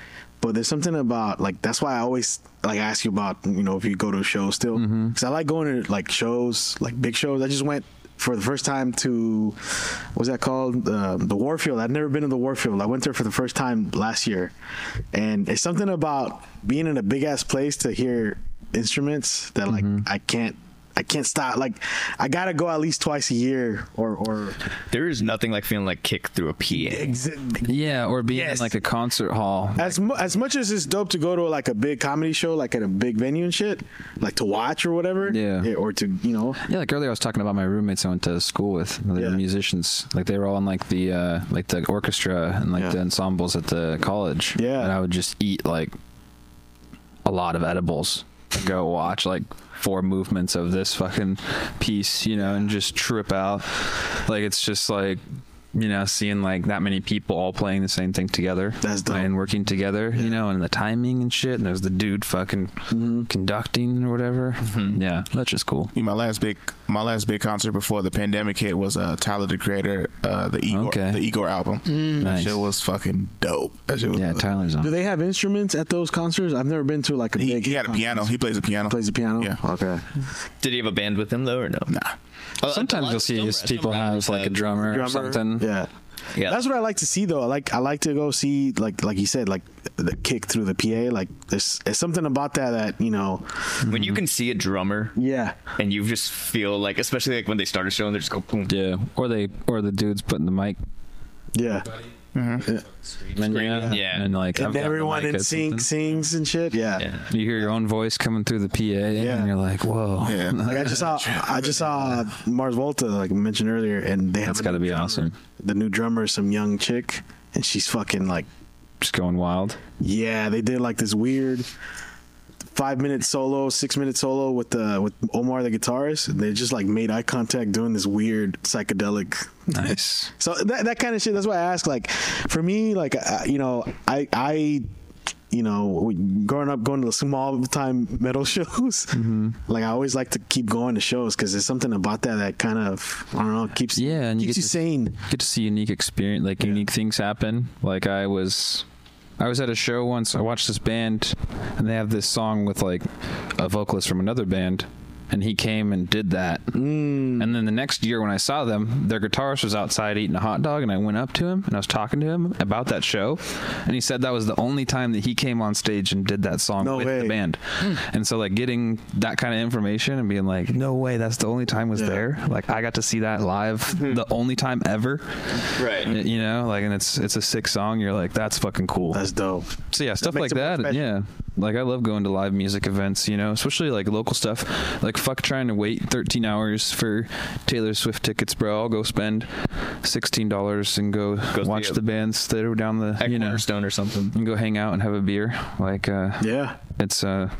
F: But there's something about like that's why I always like ask you about you know if you go to a show still because I like going to like shows like big shows. I just went for the first time to what was that called um, the Warfield. I've never been to the Warfield. I went there for the first time last year, and it's something about being in a big ass place to hear instruments that like I can't I can't stop. Like I gotta go at least twice a year or or
E: There is nothing like feeling like kicked through a PA.
I: Yeah, or being
F: Yes.
I: in like a concert hall.
F: as mu- as much as it's dope to go to like a big comedy show, like at a big venue and shit, like to watch or whatever, eh,
I: Yeah.
F: or to you know,
I: Yeah, like earlier I was talking about my roommates I went to school with. They were
F: Yeah.
I: musicians. Like they were all in like the uh like the orchestra and like
F: Yeah.
I: the ensembles at the college.
F: Yeah.
I: And I would just eat like a lot of edibles and go watch like four movements of this fucking piece, you know, and just trip out. Like it's just like you know, seeing like that many people all playing the same thing together.
F: That's dope.
I: And working together, you know, and the timing and shit. And there's the dude fucking
F: Mm-hmm.
I: conducting or whatever. Yeah, that's just cool.
G: My last big, my last big concert before the pandemic hit was uh, Tyler the Creator, uh, the Igor,
I: Okay.
G: the Igor album. That
I: Nice.
G: shit was fucking dope. That shit was.
I: Yeah, Tyler's on.
F: Do they have instruments at those concerts? I've never been to like a
G: he,
F: big.
G: he had a piano. He plays a piano.
F: Plays a piano.
G: Yeah.
F: Okay.
J: Did he have a band with him though, or no?
G: Nah.
J: Uh,
I: Sometimes
J: a
I: you'll
J: lot-
I: see
J: some-
I: these
J: some
I: people
J: rappers
I: have like a
J: have-
I: drummer, or
F: Drummer.
I: something.
F: Yeah.
J: Yeah.
F: That's what I like to see though. I like I like to go see like like you said like the kick through the PA. Like there's, there's something about that that you know.
J: when you can see a drummer
F: Yeah.
J: and you just feel like, especially like when they start a show and they just go boom.
I: Yeah, or they or the dude's putting the mic.
F: Yeah.
I: And, yeah,
J: yeah.
I: and like I've
F: And
I: got
F: Mm-hmm.
I: the
F: everyone
I: mic
F: in
I: at
F: sync
I: something.
F: sings and shit. Yeah.
J: Yeah.
I: You hear your own voice coming through the PA,
F: Yeah.
I: and you're like, "Whoa,
G: Yeah.
F: Like I just saw I just saw Mars Volta like mentioned earlier, and they
I: [laughs] that's
F: have a
I: got to
F: new
I: be
F: drummer.
I: awesome."
F: The new drummer, is some young chick, and she's fucking like
I: Just going wild.
F: Yeah, they did like this weird five minute solo, six minute solo with the with Omar the guitarist. And they just like made eye contact doing this weird psychedelic.
I: Nice.
F: So that that kind of shit. That's why I ask. Like for me, like I, you know, I I. You know, growing up, going to the small time metal [laughs] shows,
I: Mm-hmm.
F: like I always like to keep going to shows because there's something about that that kind of I don't know keeps
I: Yeah, and you
F: keeps you
I: get to-
F: sane.
I: Get to see unique experience, like unique things happen. Like I was, I was at a show once. I watched this band, and they have this song with like a vocalist from another band, and he came and did that. Mm. And then the next year, when I saw them, their guitarist was outside eating a hot dog, and I went up to him and I was talking to him about that show, and he said that was the only time that he came on stage and did that song
F: No
I: with
F: way.
I: the band.
F: Hmm.
I: And so, like getting that kind of information and being like, "No way, that's the only time was
F: Yeah. Hmm.
I: there." Like I got to see that live, the only time ever.
J: Right.
I: Y- You know, like, and it's it's a sick song. You're like, that's fucking cool.
F: That's dope.
I: so yeah, stuff
F: makes
I: like
F: it more
I: that.
F: special.
I: Yeah, like I love going to live music events. You know, especially like local stuff. Like fuck trying to wait 13 hours for Taylor Swift tickets, bro. I'll go spend 16 dollars and go,
J: see
I: watch
J: it.
I: the bands that are down the
J: At
I: you know
J: Cornerstone or something.
I: and go hang out and have a beer. Like, uh,
F: Yeah,
I: it's uh,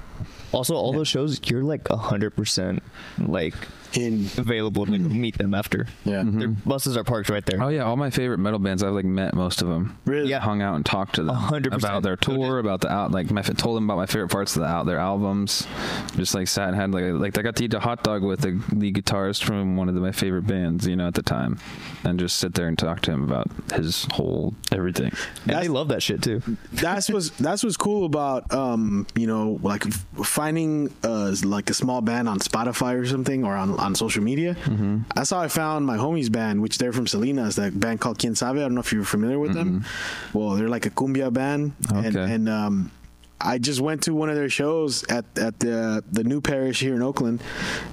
J: Also, all those shows, you're like hundred percent like
F: in
J: available to
E: Hmm.
J: meet them after.
F: yeah,
I: Mm-hmm.
J: Their buses are parked right there.
I: oh yeah, all my favorite metal bands. I've like met most of them.
F: really.
J: Yeah.
I: hung out and talked to them
J: A hundred percent.
I: about their tour, about the out, like my told them about my favorite parts of the out their albums. Just like sat and had like like I got to eat a hot dog with the the guitarist from one of the, my favorite bands, you know, at the time, and just sit there and talk to him about his whole everything.
J: and
F: that's-
J: they love that shit too.
F: that's what's that's what's cool about um you know like f- finding uh like a small band on Spotify or something or on, on social media.
I: Mm-hmm.
F: That's how I found my homies band, which they're from Salinas, that band called Quien Sabe. I don't know if you're familiar with them. Well, they're like a cumbia band, and,
I: Mm-hmm. Okay.
F: and um. I just went to one of their shows at, at the the new parish here in Oakland,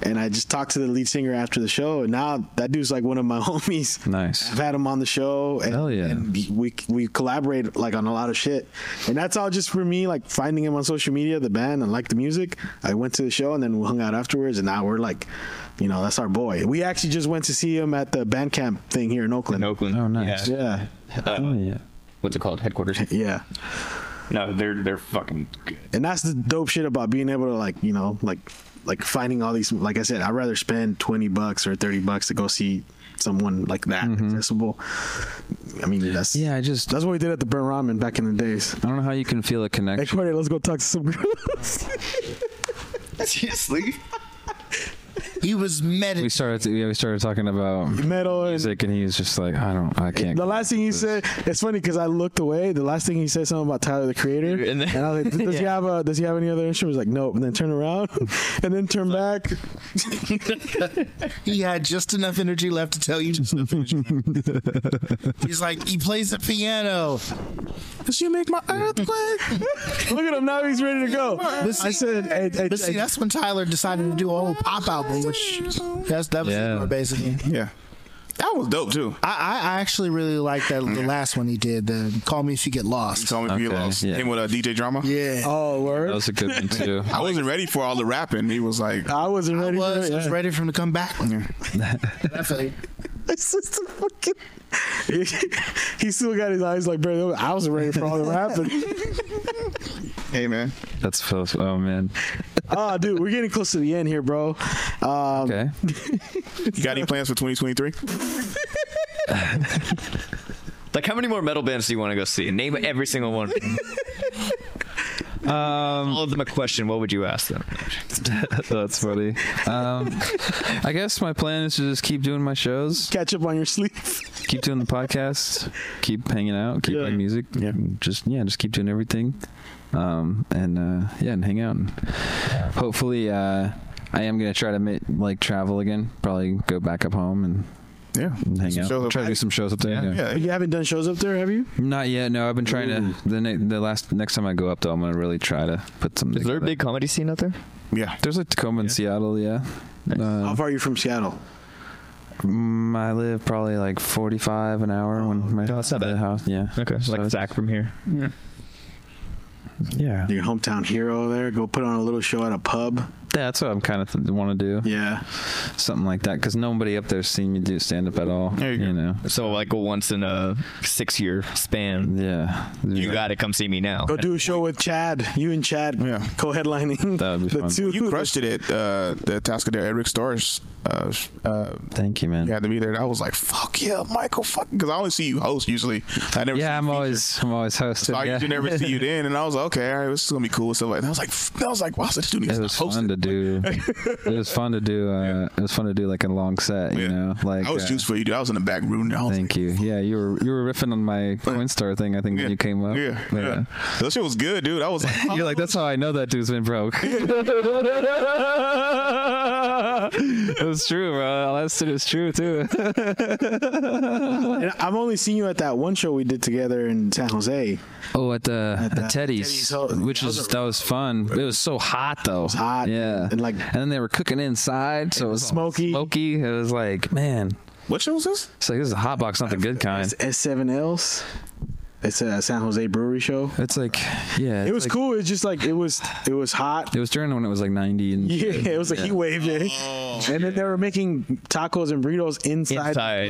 F: and I just talked to the lead singer after the show. And now that dude's like one of my [laughs] homies.
I: Nice.
F: I've had him on the show, and,
I: Hell yeah.
F: and we we collaborate like on a lot of shit, and that's all just for me like finding him on social media, the band, and like the music. I went to the show, and then we hung out afterwards, and now we're like, you know, that's our boy. We actually just went to see him at the band camp thing here in Oakland.
J: In Oakland.
I: Oh, nice.
J: Yeah.
F: Yeah,
I: Oh yeah.
J: What's it called? [laughs] Headquarters.
F: yeah,
J: No, they're they're fucking good.
F: and that's the dope shit about being able to like you know like like finding all these like I said, I'd rather spend twenty bucks or thirty bucks to go see someone like that
J: Mm-hmm.
F: accessible. I uh, mean, that's
I: Yeah, I just I
F: That's what we did at the Burn Ramen back in the days.
I: don't know how you can feel a
F: Hey,
I: connection.
F: Cordy, let's go talk to some girls.
J: [laughs] Seriously?
K: He was
I: We
K: meditating.
I: started to, yeah, we started talking about
F: Metal and
I: music, and he was just like, I don't, I can't.
F: the last thing he said. It's funny because I looked away. The last thing he said something about Tyler the Creator,
J: And
F: and,
J: then-
F: I was like, "Does he have a? Does he have any other instruments?" He's Like, nope. And then turn around, [laughs] and then turn back.
K: He had just enough energy left to tell you. Just enough energy. He's like, he plays the piano.
F: Does she make my earthquake? Look at him now. He's ready to go. I said, hey, hey,
K: But see,
F: hey,
K: that's when Tyler decided to do a whole pop album, which that's, that was
I: Yeah.
K: yeah. basically.
G: Yeah, that was dope too.
K: I, I I actually really like that the last one he did, the Call Me If You Get Lost.
G: Tell me if you
I: Okay,
G: lost.
I: yeah.
G: Him with a DJ drama.
K: Yeah.
F: "Oh,
I: That
F: word."
I: was a good
F: [laughs]
I: one too.
G: I wasn't ready for all the rapping. He was like,
F: I wasn't
K: I
F: ready. for
K: was,
F: it.
K: I was
F: Yeah.
K: ready for him to come back. I feel you.
F: [laughs] It's just a fucking. [laughs] he still got his eyes like, bro. I was ready for all the rapping.
G: "Hey man,
I: That's so- oh man,
F: oh, dude, we're getting close to the end here, bro. Um, okay.
G: You got any plans for 2023?
E: Like, how many more metal bands do you want to go see? Name every
J: [laughs]
E: single one.
I: Um,
E: All of them a question. What would you ask them?
I: That's funny. Um, I guess my plan is to just keep doing my shows,
F: Catch up on your sleep.
I: keep doing the podcast, keep hanging out, keep
F: Yeah.
I: playing music.
F: Yeah.
I: Just yeah, just keep doing everything. Um, and uh, yeah, and hang out. And hopefully, uh, I am gonna try to make like travel again. Probably go back up home and,
G: Yeah.
I: and hang
G: Some
I: out.
G: shows up-
I: Try to do some shows up there. yeah.
G: Yeah.
F: You haven't done shows up there, have you?
I: Not yet. No, I've been trying to. The, na- the last next time I go up though, I'm gonna really try to put something.
E: Is there a
I: together.
E: big comedy scene out there?
G: Yeah.
I: There's a Tacoma in Seattle. Yeah. Uh,
F: How far are you from Seattle?
I: Mm, I live probably like 45 an hour when my
E: No, it's not
I: the
E: bad.
I: house. Yeah.
E: Okay,
I: So
E: like
I: it's-
E: Zach from here.
I: Yeah.
F: Your hometown hero there. Go put on a little show at a pub.
I: That's what I'm kind of th- want to do.
F: Yeah.
I: Something like that cuz nobody up there's seen me do stand up at all,
G: There you go.
I: know.
E: So like a once in a six year span.
I: Yeah.
E: You got to come see me now.
F: Go do a show with Chad. You and Chad
G: Yeah.
F: co-headlining.
I: That would be
F: [laughs] the
I: fun.
F: two.
G: You crushed it at uh, the Tascadero Eric Stars. Uh, sh- uh,
I: Thank you, man.
G: you
I: Yeah,
G: had to be there. And I was like, fuck yeah, Michael, fuck. Because I only see you host usually. I never see
I: I'm
G: you feature.
I: always I'm always hosted.
G: So I
I: yeah.
G: usually never
I: [laughs]
G: see you then, and I was like, okay, all right, this is gonna be cool. So like, and I was like, f- I was like, wow, so this dude
I: it
G: is
I: was
G: hosting.
I: fun to do. it was fun to do. Uh, It was fun to do like a long set, you
G: Yeah.
I: know. Like
G: I was
I: uh,
G: juiced for you, dude. I was in the back room. And I was like,
I: Thank you. Yeah, you were you were riffing on my Coinstar thing. I think
G: yeah,
I: when you came up.
G: Yeah, yeah. That shit was good, dude. I was like,
I: [laughs] You're like, that's how I know that dude's been broke. [laughs] it was true, bro. All that shit is true too.
F: And I've only seen you at that one show we did together in San Jose.
I: [laughs] oh, at the, at
F: the-
I: Teddy's,
F: Teddy's, oh,
I: which
F: that was
I: is
F: a-
I: that was fun. It was so hot though. It was
F: hot,
I: yeah.
F: and, like-
I: and then they were cooking inside, so it was
F: smoky.
I: Smoky. It was like, man,
G: what show was this?
I: it's like this is a hot box, not the good kind.
F: S seven Ls. It's a San Jose brewery show.
I: It's like, yeah,
F: It
I: it's
F: was
I: like-
F: cool. It's just like it was. It was hot. [laughs]
I: It was during when it was like 90 and
F: Yeah, it was a heat wave, yeah.
G: Oh.
F: and then they were making tacos and burritos inside,
E: Inside.
F: the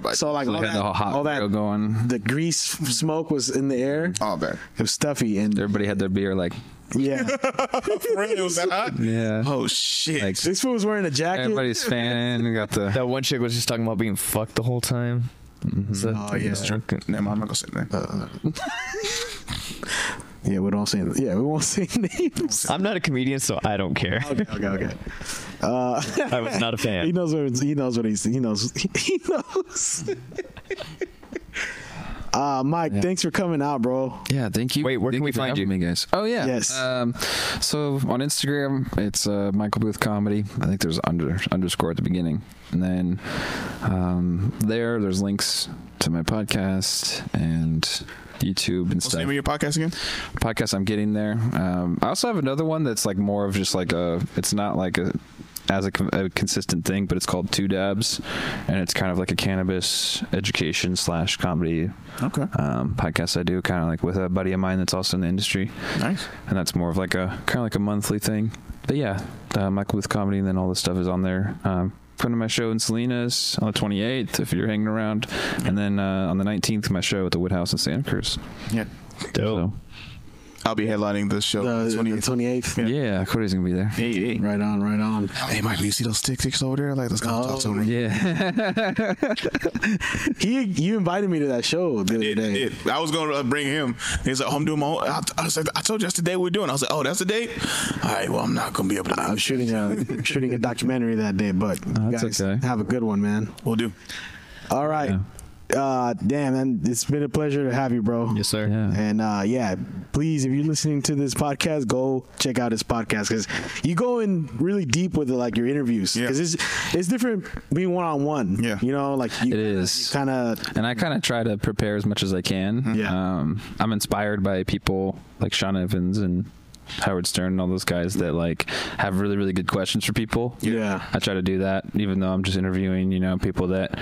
F: place. So like
I: they
F: all
I: had
F: that,
I: the hot
F: all that
I: grill going.
F: the grease f- smoke was in the air.
G: Oh, man.
F: It was stuffy and
I: Everybody had their beer, like,
F: yeah.
G: [laughs]
F: [laughs]
G: really? Was that hot?
I: yeah.
G: [laughs] Oh shit!
I: Like-
F: this fool was wearing a jacket.
I: Everybody's fanning. Got the
E: That one chick was just talking about being fucked the whole time.
G: oh yeah, it's drinking. Never mind, I'm not gonna say that.
F: Yeah, we don't say. Yeah, we won't say [laughs] names.
E: I'm not a comedian, so I don't care.
F: okay, okay, okay. Uh,
E: I was not a
F: he
E: fan.
F: knows what it's- he knows what he's he knows [laughs] he [laughs] knows. Uh, Mike, thanks for coming out, bro.
I: Yeah, thank you.
E: Wait, where
I: Thank
E: can we
I: for
E: find
I: having me,
E: you?
I: guys? Oh yeah.
F: Yes.
I: Um, so on Instagram, it's uh, Michael Booth Comedy. I think there's under underscore at the beginning, and then um, there, there's links to my podcast and YouTube and
G: What's the
I: stuff.
G: name of your podcast again?
I: podcast I'm getting there. Um, I also have another one that's like more of just like a. It's not like a as a, con- a consistent thing, but it's called Two Dabs, and it's kind of like a cannabis education slash comedy
G: Okay,
I: um, podcast I do, kind of like with a buddy of mine that's also in the industry,
G: nice.
I: and that's more of like a kind of like a monthly thing. But yeah, uh, Michael Booth comedy, and then all this stuff is on there. Um, putting my show in Salinas on the 28th if you're hanging around, and then uh, on the 19th my show at the Woodhouse in Santa Cruz.
G: Yeah,
I: So
G: I'll be headlining the show.
F: The the
G: 28th.
F: 28th.
I: yeah, Cody's gonna be there.
F: Uh, Right on, right on.
G: Hey, Mike, you see those tick ticks over there? Like, let's go talk
K: Oh.
G: to them.
I: Yeah.
F: He, you invited me to that show the other
G: It,
F: day.
G: it, I was gonna uh, bring him. He's like, oh, I'm doing my. Own. I, I was like, I told you that's the day we're doing. I was like, oh, that's the date. All right, well, I'm not gonna be able to.
F: I'm shooting a shooting a documentary that day, but
I: [laughs] that's
F: guys,
I: okay.
F: have a good one, man.
G: We'll do.
F: All right, uh, damn, man, it's been a pleasure to have you, bro.
E: Yes, sir.
I: yeah.
F: And uh, yeah, please, if you're listening to this podcast, go check out his podcast because you go in really deep with it, like your interviews.
G: Yeah.
F: Because it's it's different being one on one.
G: Yeah.
F: you know, like you,
I: It is.
F: kind of
I: And I kind of try to prepare as much as I can.
F: Yeah.
I: Um, I'm inspired by people like Sean Evans and Howard Stern and all those guys that like have really really good questions for people.
F: Yeah.
I: I try to do that even though I'm just interviewing, you know, people that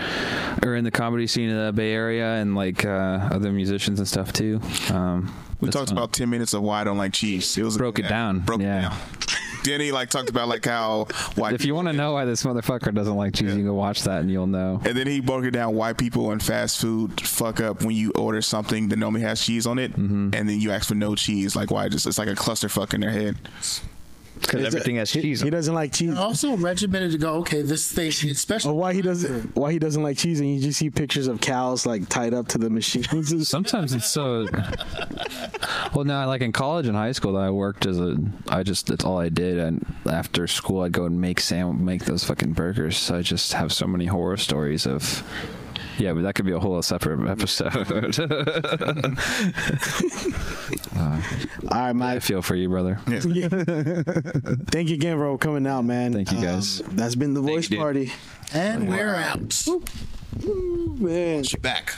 I: are in the comedy scene of the Bay Area and like uh, other musicians and stuff too. Um,
G: We
I: that's
G: talked
I: fun.
G: about ten minutes of why I don't like cheese. It was
I: Broke it down.
G: Broke
I: Yeah.
G: it down. Denny like talked about like how why
I: If you want to know why this motherfucker doesn't like cheese, you can watch that and you'll know.
G: And then he broke it down why people in fast food fuck up when you order something that normally
I: Mm-hmm.
G: has cheese on it, and then you ask for no cheese. Like why? Just it's like a clusterfuck in their head.
E: because everything has cheese.
F: He doesn't like cheese.
K: Also regimented to go. Okay, this thing is special.
F: Or why he doesn't why he doesn't like cheese, and you just see pictures of cows like tied up to the [laughs] machines.
I: Sometimes it's so. [laughs] Well, now like in college and high school, I worked as a. I just that's all I did, and after school, I'd go and make sam make those fucking burgers. So I just have so many horror stories of. Yeah, but that could be a whole separate episode. [laughs] Uh,
F: All right,
I: I
F: Mike.
I: feel for you, brother.
F: Thank you again, bro, for coming out, man.
I: Thank you, guys.
F: Um, that's been the voice
J: dude.
F: party.
G: Oh.
K: And we're out.
F: Man.
K: Back.